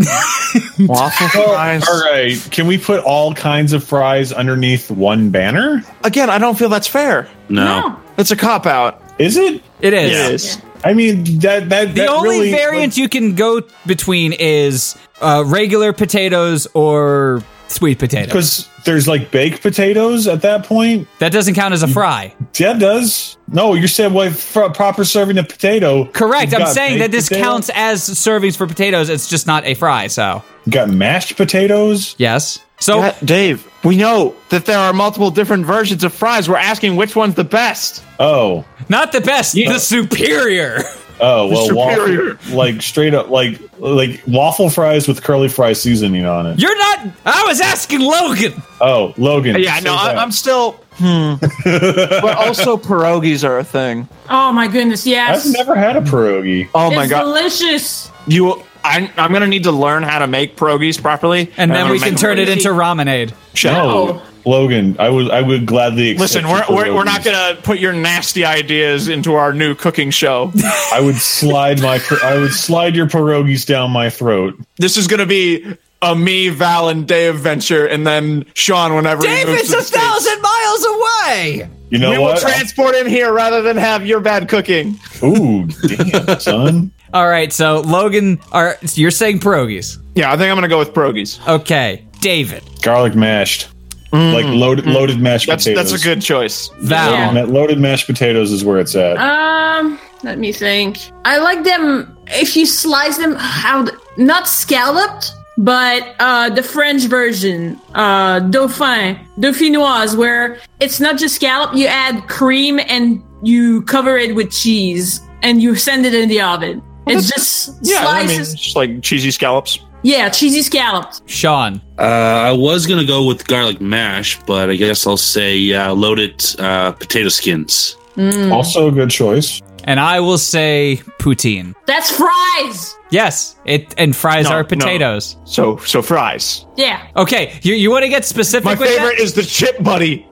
Speaker 4: Waffle fries.
Speaker 3: All right, can we put all kinds of fries underneath one banner?
Speaker 4: Again, I don't feel that's fair.
Speaker 5: No.
Speaker 2: No.
Speaker 4: That's a cop out.
Speaker 3: Is it?
Speaker 1: It is.
Speaker 3: I mean that that
Speaker 1: The
Speaker 3: that
Speaker 1: only
Speaker 3: really,
Speaker 1: variant you can go between is uh, regular potatoes or sweet potato.
Speaker 3: because there's like baked potatoes at that point.
Speaker 1: That doesn't count as a fry.
Speaker 3: Deb does. No, you said well, for proper serving of potato.
Speaker 1: Correct.
Speaker 3: You've
Speaker 1: I'm
Speaker 3: got
Speaker 1: saying that
Speaker 3: baked
Speaker 1: this
Speaker 3: potato,
Speaker 1: counts as servings for potatoes. It's just not a fry. So
Speaker 3: you've got mashed potatoes.
Speaker 1: yes. So
Speaker 4: That- Dave, we know that there are multiple different versions of fries. We're asking which one's the best.
Speaker 3: Oh,
Speaker 1: not the best, the superior.
Speaker 3: Oh well,
Speaker 4: Superior.
Speaker 3: waffle, like straight up, like like waffle fries with curly fry seasoning on it.
Speaker 1: You're not. I was asking Logan.
Speaker 3: Oh, Logan.
Speaker 4: Yeah,
Speaker 3: say
Speaker 4: no, I,
Speaker 3: that.
Speaker 4: I'm still. Hmm. but also, pierogies are a thing.
Speaker 2: Oh my goodness, yes.
Speaker 3: I've never had a pierogi.
Speaker 4: Oh
Speaker 2: it's
Speaker 4: my god,
Speaker 2: delicious.
Speaker 4: you! will- I'm, I'm gonna need to learn how to make pierogies properly,
Speaker 1: And
Speaker 4: I'm
Speaker 1: then
Speaker 4: gonna
Speaker 1: we can
Speaker 4: make-
Speaker 1: turn it into ramenade.
Speaker 3: No, Logan, I would I would gladly accept
Speaker 4: Listen,
Speaker 3: your
Speaker 4: we're, we're, we're
Speaker 3: pierogies.
Speaker 4: not gonna put your nasty ideas into our new cooking show.
Speaker 3: I would slide my pir- I would slide your pierogies down my throat.
Speaker 4: this is gonna be a me, Val, and Dave venture, and then Sean whenever he moves
Speaker 1: David's
Speaker 4: to
Speaker 1: a
Speaker 4: the States.
Speaker 1: thousand miles away.
Speaker 3: You know
Speaker 4: We will
Speaker 3: what?
Speaker 4: transport him here rather than have your bad cooking.
Speaker 3: Ooh, damn, son.
Speaker 1: All right, so Logan, are you're saying pierogies?
Speaker 4: Yeah, I think I'm gonna go with pierogies.
Speaker 1: Okay, David,
Speaker 3: Garlic mashed, like loaded loaded mashed
Speaker 4: Mm, That's
Speaker 3: potatoes.
Speaker 4: that's a good choice.
Speaker 1: Val.
Speaker 2: Yeah.
Speaker 3: That loaded mashed potatoes is where it's at.
Speaker 2: Um, let me think. I like them if you slice them out, not scalloped, but uh, the French version, uh, dauphin, dauphinoise, where it's not just scallop. You add cream and you cover it with cheese, and you send it in the oven. it's just
Speaker 4: Yeah, I mean,
Speaker 2: slices.
Speaker 4: just like cheesy scallops.
Speaker 2: yeah, cheesy scallops.
Speaker 1: Sean,
Speaker 5: Uh, I was gonna go with garlic mash, but I guess I'll say uh, loaded uh, potato skins.
Speaker 3: Also a good choice.
Speaker 1: and I will say poutine.
Speaker 2: That's fries.
Speaker 1: Yes, it and fries
Speaker 4: No,
Speaker 1: are
Speaker 4: no.
Speaker 1: potatoes.
Speaker 4: So so fries.
Speaker 2: Yeah.
Speaker 1: Okay, you you want to get specific?
Speaker 4: My
Speaker 1: with that?
Speaker 4: favorite is the chip buddy.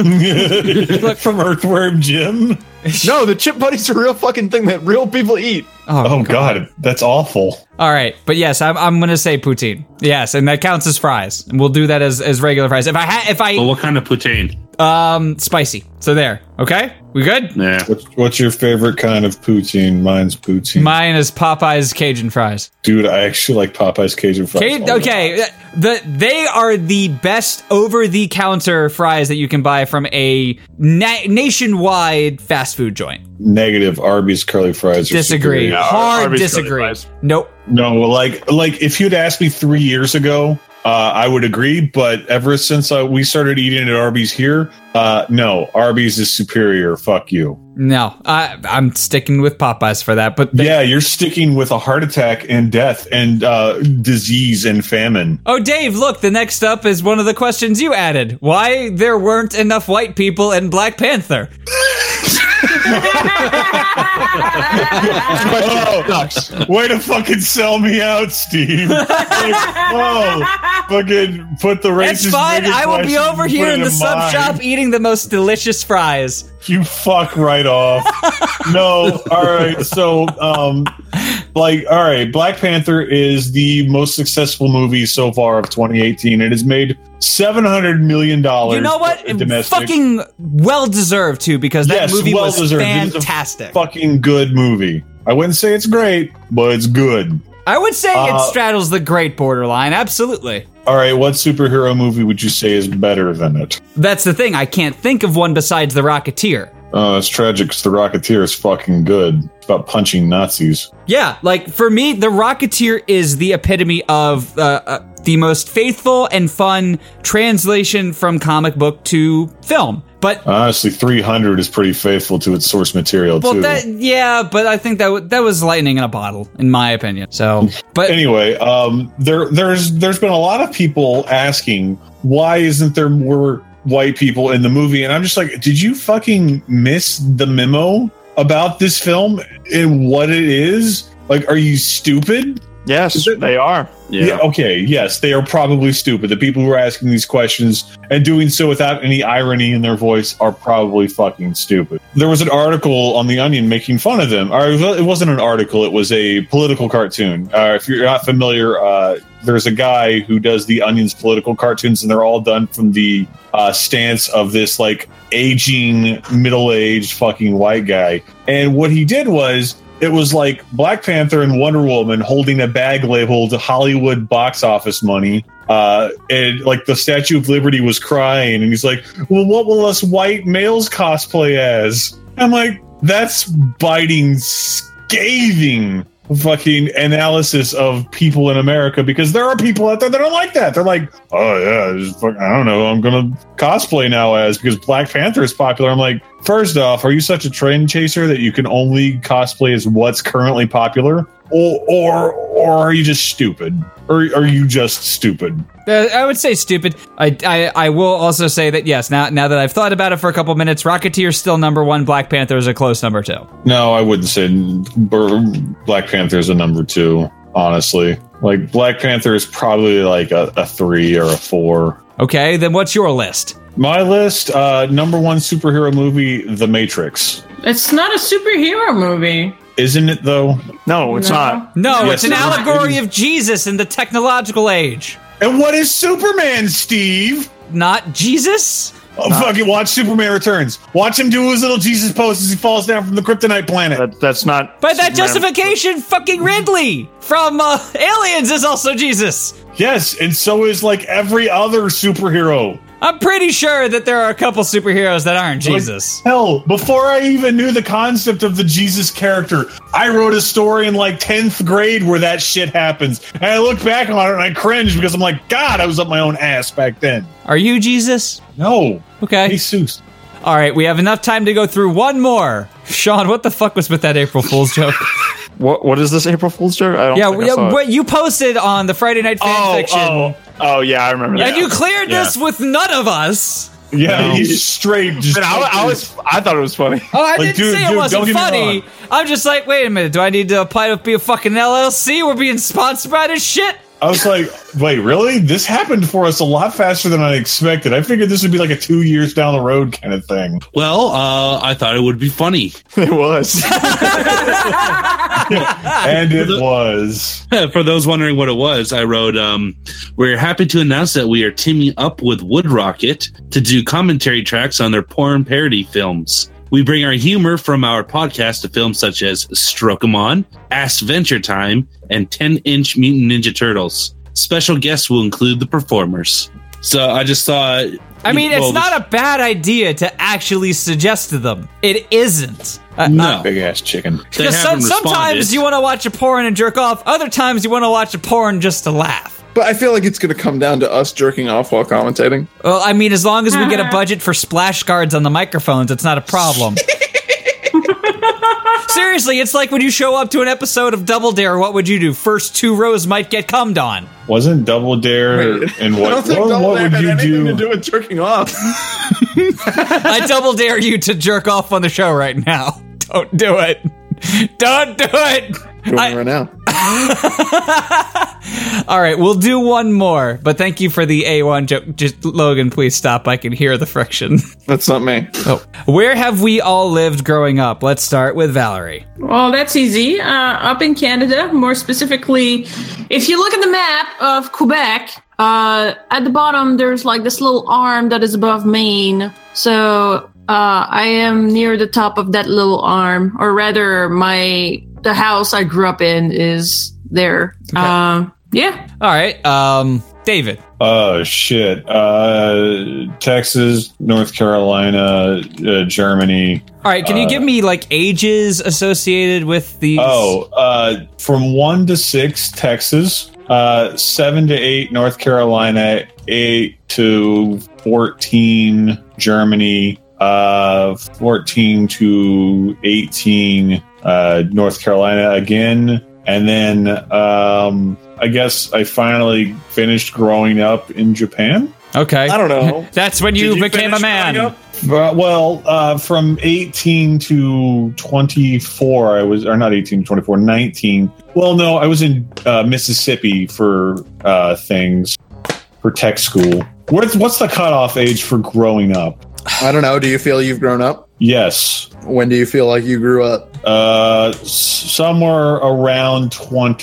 Speaker 3: Look from Earthworm Jim.
Speaker 4: No, the chip buddy's a real fucking thing that real people eat.
Speaker 3: Oh God, that's awful.
Speaker 1: All right, but yes, I'm, I'm gonna say poutine. Yes, and that counts as fries, and we'll do that as, as regular fries. If I ha- if
Speaker 5: But
Speaker 1: I
Speaker 5: what kind of poutine?
Speaker 1: um spicy, so there. Okay, we good?
Speaker 5: Nah.
Speaker 3: What's, what's your favorite kind of poutine? Mine's poutine.
Speaker 1: Mine is Popeye's Cajun fries.
Speaker 3: Dude, I actually like Popeye's Cajun fries.
Speaker 1: Cajun,
Speaker 3: all the time.
Speaker 1: okay, uh, the they are the best over the counter fries that you can buy from a na- nationwide fast food joint.
Speaker 3: Negative Arby's curly fries. Are
Speaker 1: Disagree,
Speaker 3: superior.
Speaker 1: hard
Speaker 4: Arby's
Speaker 1: disagree.
Speaker 4: curly fries.
Speaker 1: Nope.
Speaker 3: No, like like if you'd asked me three years ago, uh, I would agree. But ever since uh, we started eating at Arby's here, uh, no, Arby's is superior. Fuck you.
Speaker 1: No, I, I'm sticking with Popeyes for that. But they-
Speaker 3: Yeah, you're sticking with a heart attack and death and uh, disease and famine.
Speaker 1: oh, Dave, look, the next up is one of the questions you added: why there weren't enough white people in Black Panther?
Speaker 3: Oh, Way to fucking sell me out, Steve. Like, oh, fucking put the racist.
Speaker 1: It's fine.
Speaker 3: nigger
Speaker 1: I will be
Speaker 3: question
Speaker 1: over here
Speaker 3: right
Speaker 1: in the sub
Speaker 3: mine.
Speaker 1: shop eating the most delicious fries.
Speaker 3: You fuck right off. no, all right. So, um, like, all right, Black Panther is the most successful movie so far of 2018. It has made seven hundred million dollars.
Speaker 1: You know what?
Speaker 3: Domestic.
Speaker 1: Fucking well deserved too, because that
Speaker 3: Yes,
Speaker 1: movie was
Speaker 3: well-deserved. It is a
Speaker 1: fantastic.
Speaker 3: fucking good movie. I wouldn't say it's great, but it's good.
Speaker 1: I would say
Speaker 3: Uh,
Speaker 1: it straddles the great borderline. Absolutely.
Speaker 3: All right, what superhero movie would you say is better than it?
Speaker 1: That's the thing. I can't think of one besides The Rocketeer.
Speaker 3: Oh, it's tragic 'cause The Rocketeer is fucking good. It's about punching Nazis.
Speaker 1: Yeah, like for me, The Rocketeer is the epitome of uh, uh, the most faithful and fun translation from comic book to film. But
Speaker 3: Honestly, 300 is pretty faithful to its source material,
Speaker 1: Well,
Speaker 3: too.
Speaker 1: that yeah, but I think that w- that was lightning in a bottle, in my opinion. So, but
Speaker 3: anyway, um, there there's there's been a lot of people asking why isn't there more white people in the movie, and I'm just like, did you fucking miss the memo about this film and what it is? Like, are you stupid?
Speaker 4: Yes, they are.
Speaker 5: Yeah.
Speaker 3: Okay. Yes, they are probably stupid. The people who are asking these questions and doing so without any irony in their voice are probably fucking stupid. There was an article on The Onion making fun of them. Or it wasn't an article. It was a political cartoon. Uh, if you're not familiar, uh, there's a guy who does The Onion's political cartoons, and they're all done from the uh, stance of this like aging, middle-aged fucking white guy. And what he did was it was like Black Panther and Wonder Woman holding a bag labeled Hollywood box office money. Uh, and like the Statue of Liberty was crying, and he's like, Well, what will us white males cosplay as? I'm like, That's biting, scathing fucking analysis of people in America because there are people out there that are like that. They're like, oh yeah, just fuck, I don't know, I'm gonna cosplay now as because Black Panther is popular. I'm like, first off, are you such a trend chaser that you can only cosplay as what's currently popular? Or, or or are you just stupid? Or are you just stupid?
Speaker 1: Uh, I would say stupid. I, I I will also say that yes. Now now that I've thought about it for a couple minutes, Rocketeer's still number one. Black Panther is a close number two.
Speaker 3: No, I wouldn't say Bur- Black Panther is a number two. Honestly, like Black Panther is probably like a, a three or a four.
Speaker 1: Okay, then what's your list?
Speaker 3: My list: uh, number one superhero movie, The Matrix.
Speaker 2: It's not a superhero movie.
Speaker 3: Isn't it though?
Speaker 4: No, it's
Speaker 2: No.
Speaker 4: not.
Speaker 1: No, it's
Speaker 3: Yes,
Speaker 1: an
Speaker 3: it is.
Speaker 1: allegory of Jesus in the technological age.
Speaker 3: And what is Superman, Steve?
Speaker 1: Not Jesus.
Speaker 3: Oh, fucking watch Superman Returns. Watch him do his little Jesus pose as he falls down from the kryptonite planet.
Speaker 4: That, that's not.
Speaker 1: By that
Speaker 4: Superman.
Speaker 1: justification, fucking Ridley from uh, Aliens is also Jesus.
Speaker 3: yes, and so is like every other superhero.
Speaker 1: I'm pretty sure that there are a couple superheroes that aren't Jesus.
Speaker 3: Hell, before I even knew the concept of the Jesus character, I wrote a story in like 10th grade where that shit happens. And I look back on it and I cringe because I'm like, God, I was up my own ass back then.
Speaker 1: Are you Jesus?
Speaker 3: No.
Speaker 1: Okay.
Speaker 3: Jesus.
Speaker 1: All right, we have enough time to go through one more. Sean, what the fuck was with that April Fool's joke?
Speaker 4: What, what is this April Fool's joke? I don't
Speaker 1: yeah,
Speaker 4: think I
Speaker 1: yeah,
Speaker 4: saw it.
Speaker 1: what you posted on the Friday Night Fan
Speaker 4: Oh,
Speaker 1: Fiction.
Speaker 4: oh, oh, yeah, I remember that.
Speaker 1: And you cleared
Speaker 3: Yeah.
Speaker 1: this with none of us.
Speaker 3: Yeah,
Speaker 4: No.
Speaker 3: he's just straight. Just
Speaker 4: And I, I was, I thought it was funny.
Speaker 1: Oh, I
Speaker 3: Like,
Speaker 1: didn't
Speaker 3: dude,
Speaker 1: say it
Speaker 3: dude,
Speaker 1: wasn't
Speaker 3: don't get me
Speaker 1: funny.
Speaker 3: wrong.
Speaker 1: I'm just like, wait a minute, do I need to apply to be a fucking LLC? We're being sponsored by this shit?
Speaker 3: I was like, wait, really? This happened for us a lot faster than I expected. I figured this would be like a two years down the road kind of thing.
Speaker 5: Well, uh, I thought it would be funny
Speaker 4: It was.
Speaker 3: And it was.
Speaker 5: For those wondering what it was, I wrote, um, We're happy to announce that we are teaming up with Wood Rocket to do commentary tracks on their porn parody films. We bring our humor from our podcast to films such as Stroke 'em On, Ass Venture Time, and 10 Inch Mutant Ninja Turtles. Special guests will include the performers. So I just thought.
Speaker 1: I mean,
Speaker 5: well,
Speaker 1: it's not a bad idea to actually suggest to them. It isn't. Uh,
Speaker 5: No.
Speaker 3: Big ass chicken.
Speaker 5: they
Speaker 1: Because some,
Speaker 5: haven't
Speaker 1: sometimes
Speaker 5: responded.
Speaker 1: you want to watch a porn and jerk off. Other times you want to watch a porn just to laugh.
Speaker 6: But I feel like it's going to come down to us jerking off while commentating.
Speaker 1: Well, I mean, as long as we get a budget for splash guards on the microphones, it's not a problem. Seriously, it's like when you show up to an episode of Double Dare, what would you do? First two rows might get cummed on.
Speaker 3: Wasn't Double Dare and what,
Speaker 6: I don't think
Speaker 3: what,
Speaker 6: double
Speaker 3: what
Speaker 6: dab
Speaker 3: would
Speaker 6: had
Speaker 3: you
Speaker 6: anything
Speaker 3: do?
Speaker 6: to do with jerking off.
Speaker 1: I double dare you to jerk off on the show right now. Don't do it. Don't do it.
Speaker 6: Doing
Speaker 1: I-
Speaker 6: it right now.
Speaker 1: All right, we'll do one more, but thank you for the A1 joke. Just Logan, please stop. I can hear the friction.
Speaker 6: That's not me.
Speaker 1: Oh. Where have we all lived growing up? Let's start with Valerie.
Speaker 2: Well, that's easy. Uh, up in Canada, more specifically, if you look at the map of Quebec, uh, at the bottom there's like this little arm that is above Maine. So uh, I am near the top of that little arm, or rather, my the house I grew up in is there. Uh, yeah,
Speaker 1: All right, um, David.
Speaker 3: Oh shit! Uh, Texas, North Carolina, uh, Germany.
Speaker 1: All right, can you
Speaker 6: Uh,
Speaker 1: give me like ages associated with these?
Speaker 3: Oh, uh, from one to six, Texas. Uh, seven to eight, North Carolina. Eight to fourteen, Germany. Uh, fourteen to eighteen, uh, North Carolina again. And then um, I guess I finally finished growing up in Japan.
Speaker 1: okay.
Speaker 6: I don't know.
Speaker 1: That's when you,
Speaker 6: Did you
Speaker 1: became a
Speaker 6: finish growing
Speaker 1: man.
Speaker 3: Uh,
Speaker 6: up?
Speaker 3: well, uh, from 18 to 24, I was, or not 18 to 24, 19. Well, no, I was in uh, Mississippi for uh, things, for tech school. What's, what's the cutoff age for growing up?
Speaker 6: I don't know. Do you feel you've grown up?
Speaker 3: Yes.
Speaker 6: When do you feel like you grew up?
Speaker 3: Uh, s- somewhere around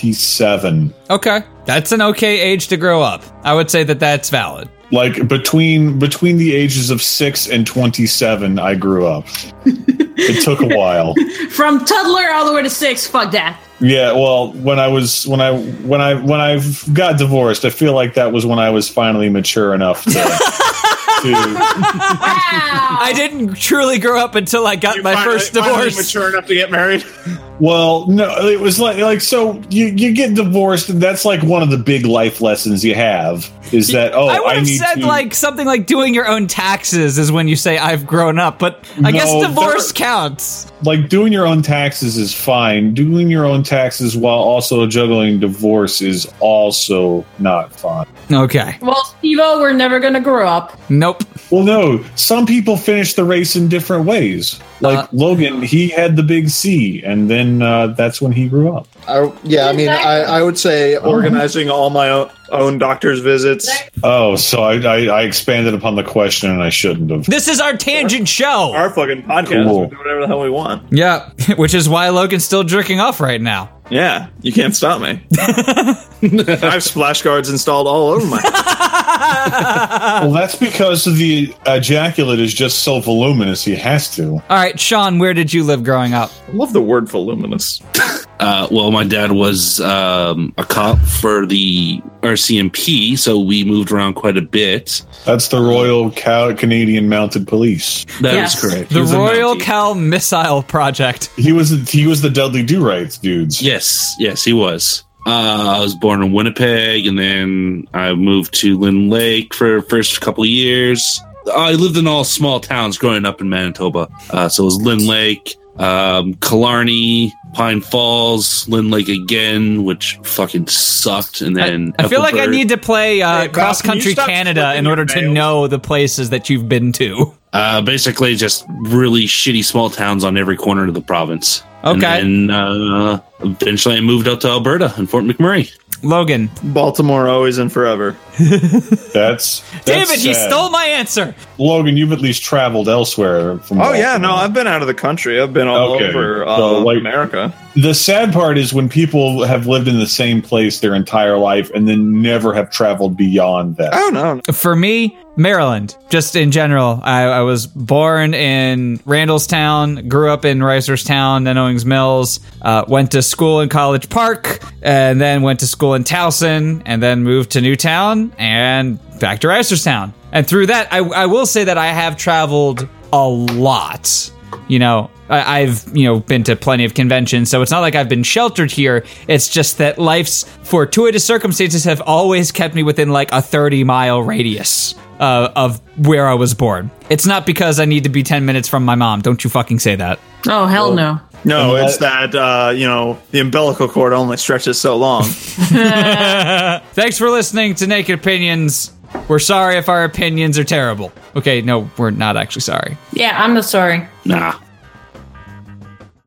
Speaker 3: 27.
Speaker 1: Okay, that's an okay age to grow up. I would say that that's valid.
Speaker 3: Like between between the ages of six and twenty seven, I grew up. it took a while.
Speaker 2: from toddler all the way to six. Fuck that.
Speaker 3: Yeah, well, when I was when I when I when I got divorced, I feel like that was when I was finally mature enough to. to
Speaker 2: Wow.
Speaker 1: I didn't truly grow up until I got my first divorce.
Speaker 4: enough to get married.
Speaker 3: Well, no, it was like like so you you get divorced and that's like one of the big life lessons you have is that oh
Speaker 1: I would
Speaker 3: I,
Speaker 1: have
Speaker 3: need
Speaker 1: said
Speaker 3: to
Speaker 1: like something like doing your own taxes is when you say I've grown up, but I guess
Speaker 3: No,
Speaker 1: divorce
Speaker 3: there-
Speaker 1: counts.
Speaker 3: like doing your own taxes is fine. Doing your own taxes while also juggling divorce is also not fine.
Speaker 1: Okay.
Speaker 2: Well, Steve we're never gonna grow up.
Speaker 1: Nope.
Speaker 3: Well, no, some people finish the race in different ways. Like
Speaker 1: Uh,
Speaker 3: Logan, he had the big C, and then uh, that's when he grew up.
Speaker 6: I, yeah, I mean, I, I would say organizing all my own, own doctor's visits.
Speaker 3: Oh, so I, I, I expanded upon the question, and I shouldn't have.
Speaker 1: This is our tangent show.
Speaker 4: Our fucking podcast.
Speaker 3: Cool.
Speaker 4: We do whatever the hell we want.
Speaker 1: yeah, which is why Logan's still jerking off right now.
Speaker 4: Yeah, you can't stop me. I have splash guards installed all over my.
Speaker 3: Well, that's because the ejaculate is just so voluminous. He has to.
Speaker 1: All right, Sean, where did you live growing up?
Speaker 4: I love the word voluminous.
Speaker 5: Uh, well, my dad was um, a cop for the RCMP, so we moved around quite a bit.
Speaker 3: That's the Royal Ca- Canadian Mounted Police.
Speaker 5: That
Speaker 2: Yes.
Speaker 5: is correct. He
Speaker 1: The
Speaker 5: was a
Speaker 1: Royal
Speaker 5: Mountie.
Speaker 1: Cal Missile Project.
Speaker 3: He was he was the Dudley Do Rights dudes.
Speaker 5: Yes, yes, he was. Uh, I was born in Winnipeg, and then I moved to Lynn Lake for the first couple of years. I lived in all small towns growing up in Manitoba. Uh, so it was Lynn Lake, um, Killarney, Pine Falls, Lynn Lake again, which fucking sucked. And then
Speaker 1: I feel like I
Speaker 5: Ethelbert.
Speaker 1: need to play uh,
Speaker 4: Hey, Bob,
Speaker 1: Cross
Speaker 4: can you
Speaker 1: Country
Speaker 4: stop
Speaker 1: Canada
Speaker 4: splitting
Speaker 1: in
Speaker 4: your
Speaker 1: order to
Speaker 4: nails?
Speaker 1: know the places that you've been to.
Speaker 5: Uh, basically, just really shitty small towns on every corner of the province.
Speaker 1: Okay.
Speaker 5: And then, uh, eventually, I moved out to Alberta and Fort McMurray.
Speaker 1: Logan,
Speaker 4: Baltimore always and forever.
Speaker 3: That's, that's
Speaker 1: David, he
Speaker 3: sad.
Speaker 1: stole my answer.
Speaker 3: Logan. You've at least traveled elsewhere. From
Speaker 4: Oh yeah,
Speaker 3: Baltimore.
Speaker 4: no, I've been out of the country. I've been all
Speaker 3: Okay,
Speaker 4: over uh,
Speaker 3: so, like-
Speaker 4: America.
Speaker 3: the sad part is when people have lived in the same place their entire life and then never have traveled beyond that.
Speaker 4: Oh no,
Speaker 1: For me, Maryland, just in general. I, I was born in Randallstown, grew up in Ricerstown, then Owings Mills, uh, went to school in College Park, and then went to school in Towson, and then moved to Newtown and back to Ricerstown. And through that, I, I will say that I have traveled a lot. You know, I, I've you know been to plenty of conventions, so it's not like I've been sheltered here. It's just that life's fortuitous circumstances have always kept me within like a thirty mile radius uh, of where I was born. It's not because I need to be ten minutes from my mom. Don't you fucking say that.
Speaker 2: Oh hell no.
Speaker 4: no, it's that uh, you know the umbilical cord only stretches so long.
Speaker 1: Thanks for listening to Naked Opinions. We're sorry if our opinions are terrible. Okay, no, we're not actually sorry.
Speaker 2: Yeah, I'm not sorry.
Speaker 5: Nah.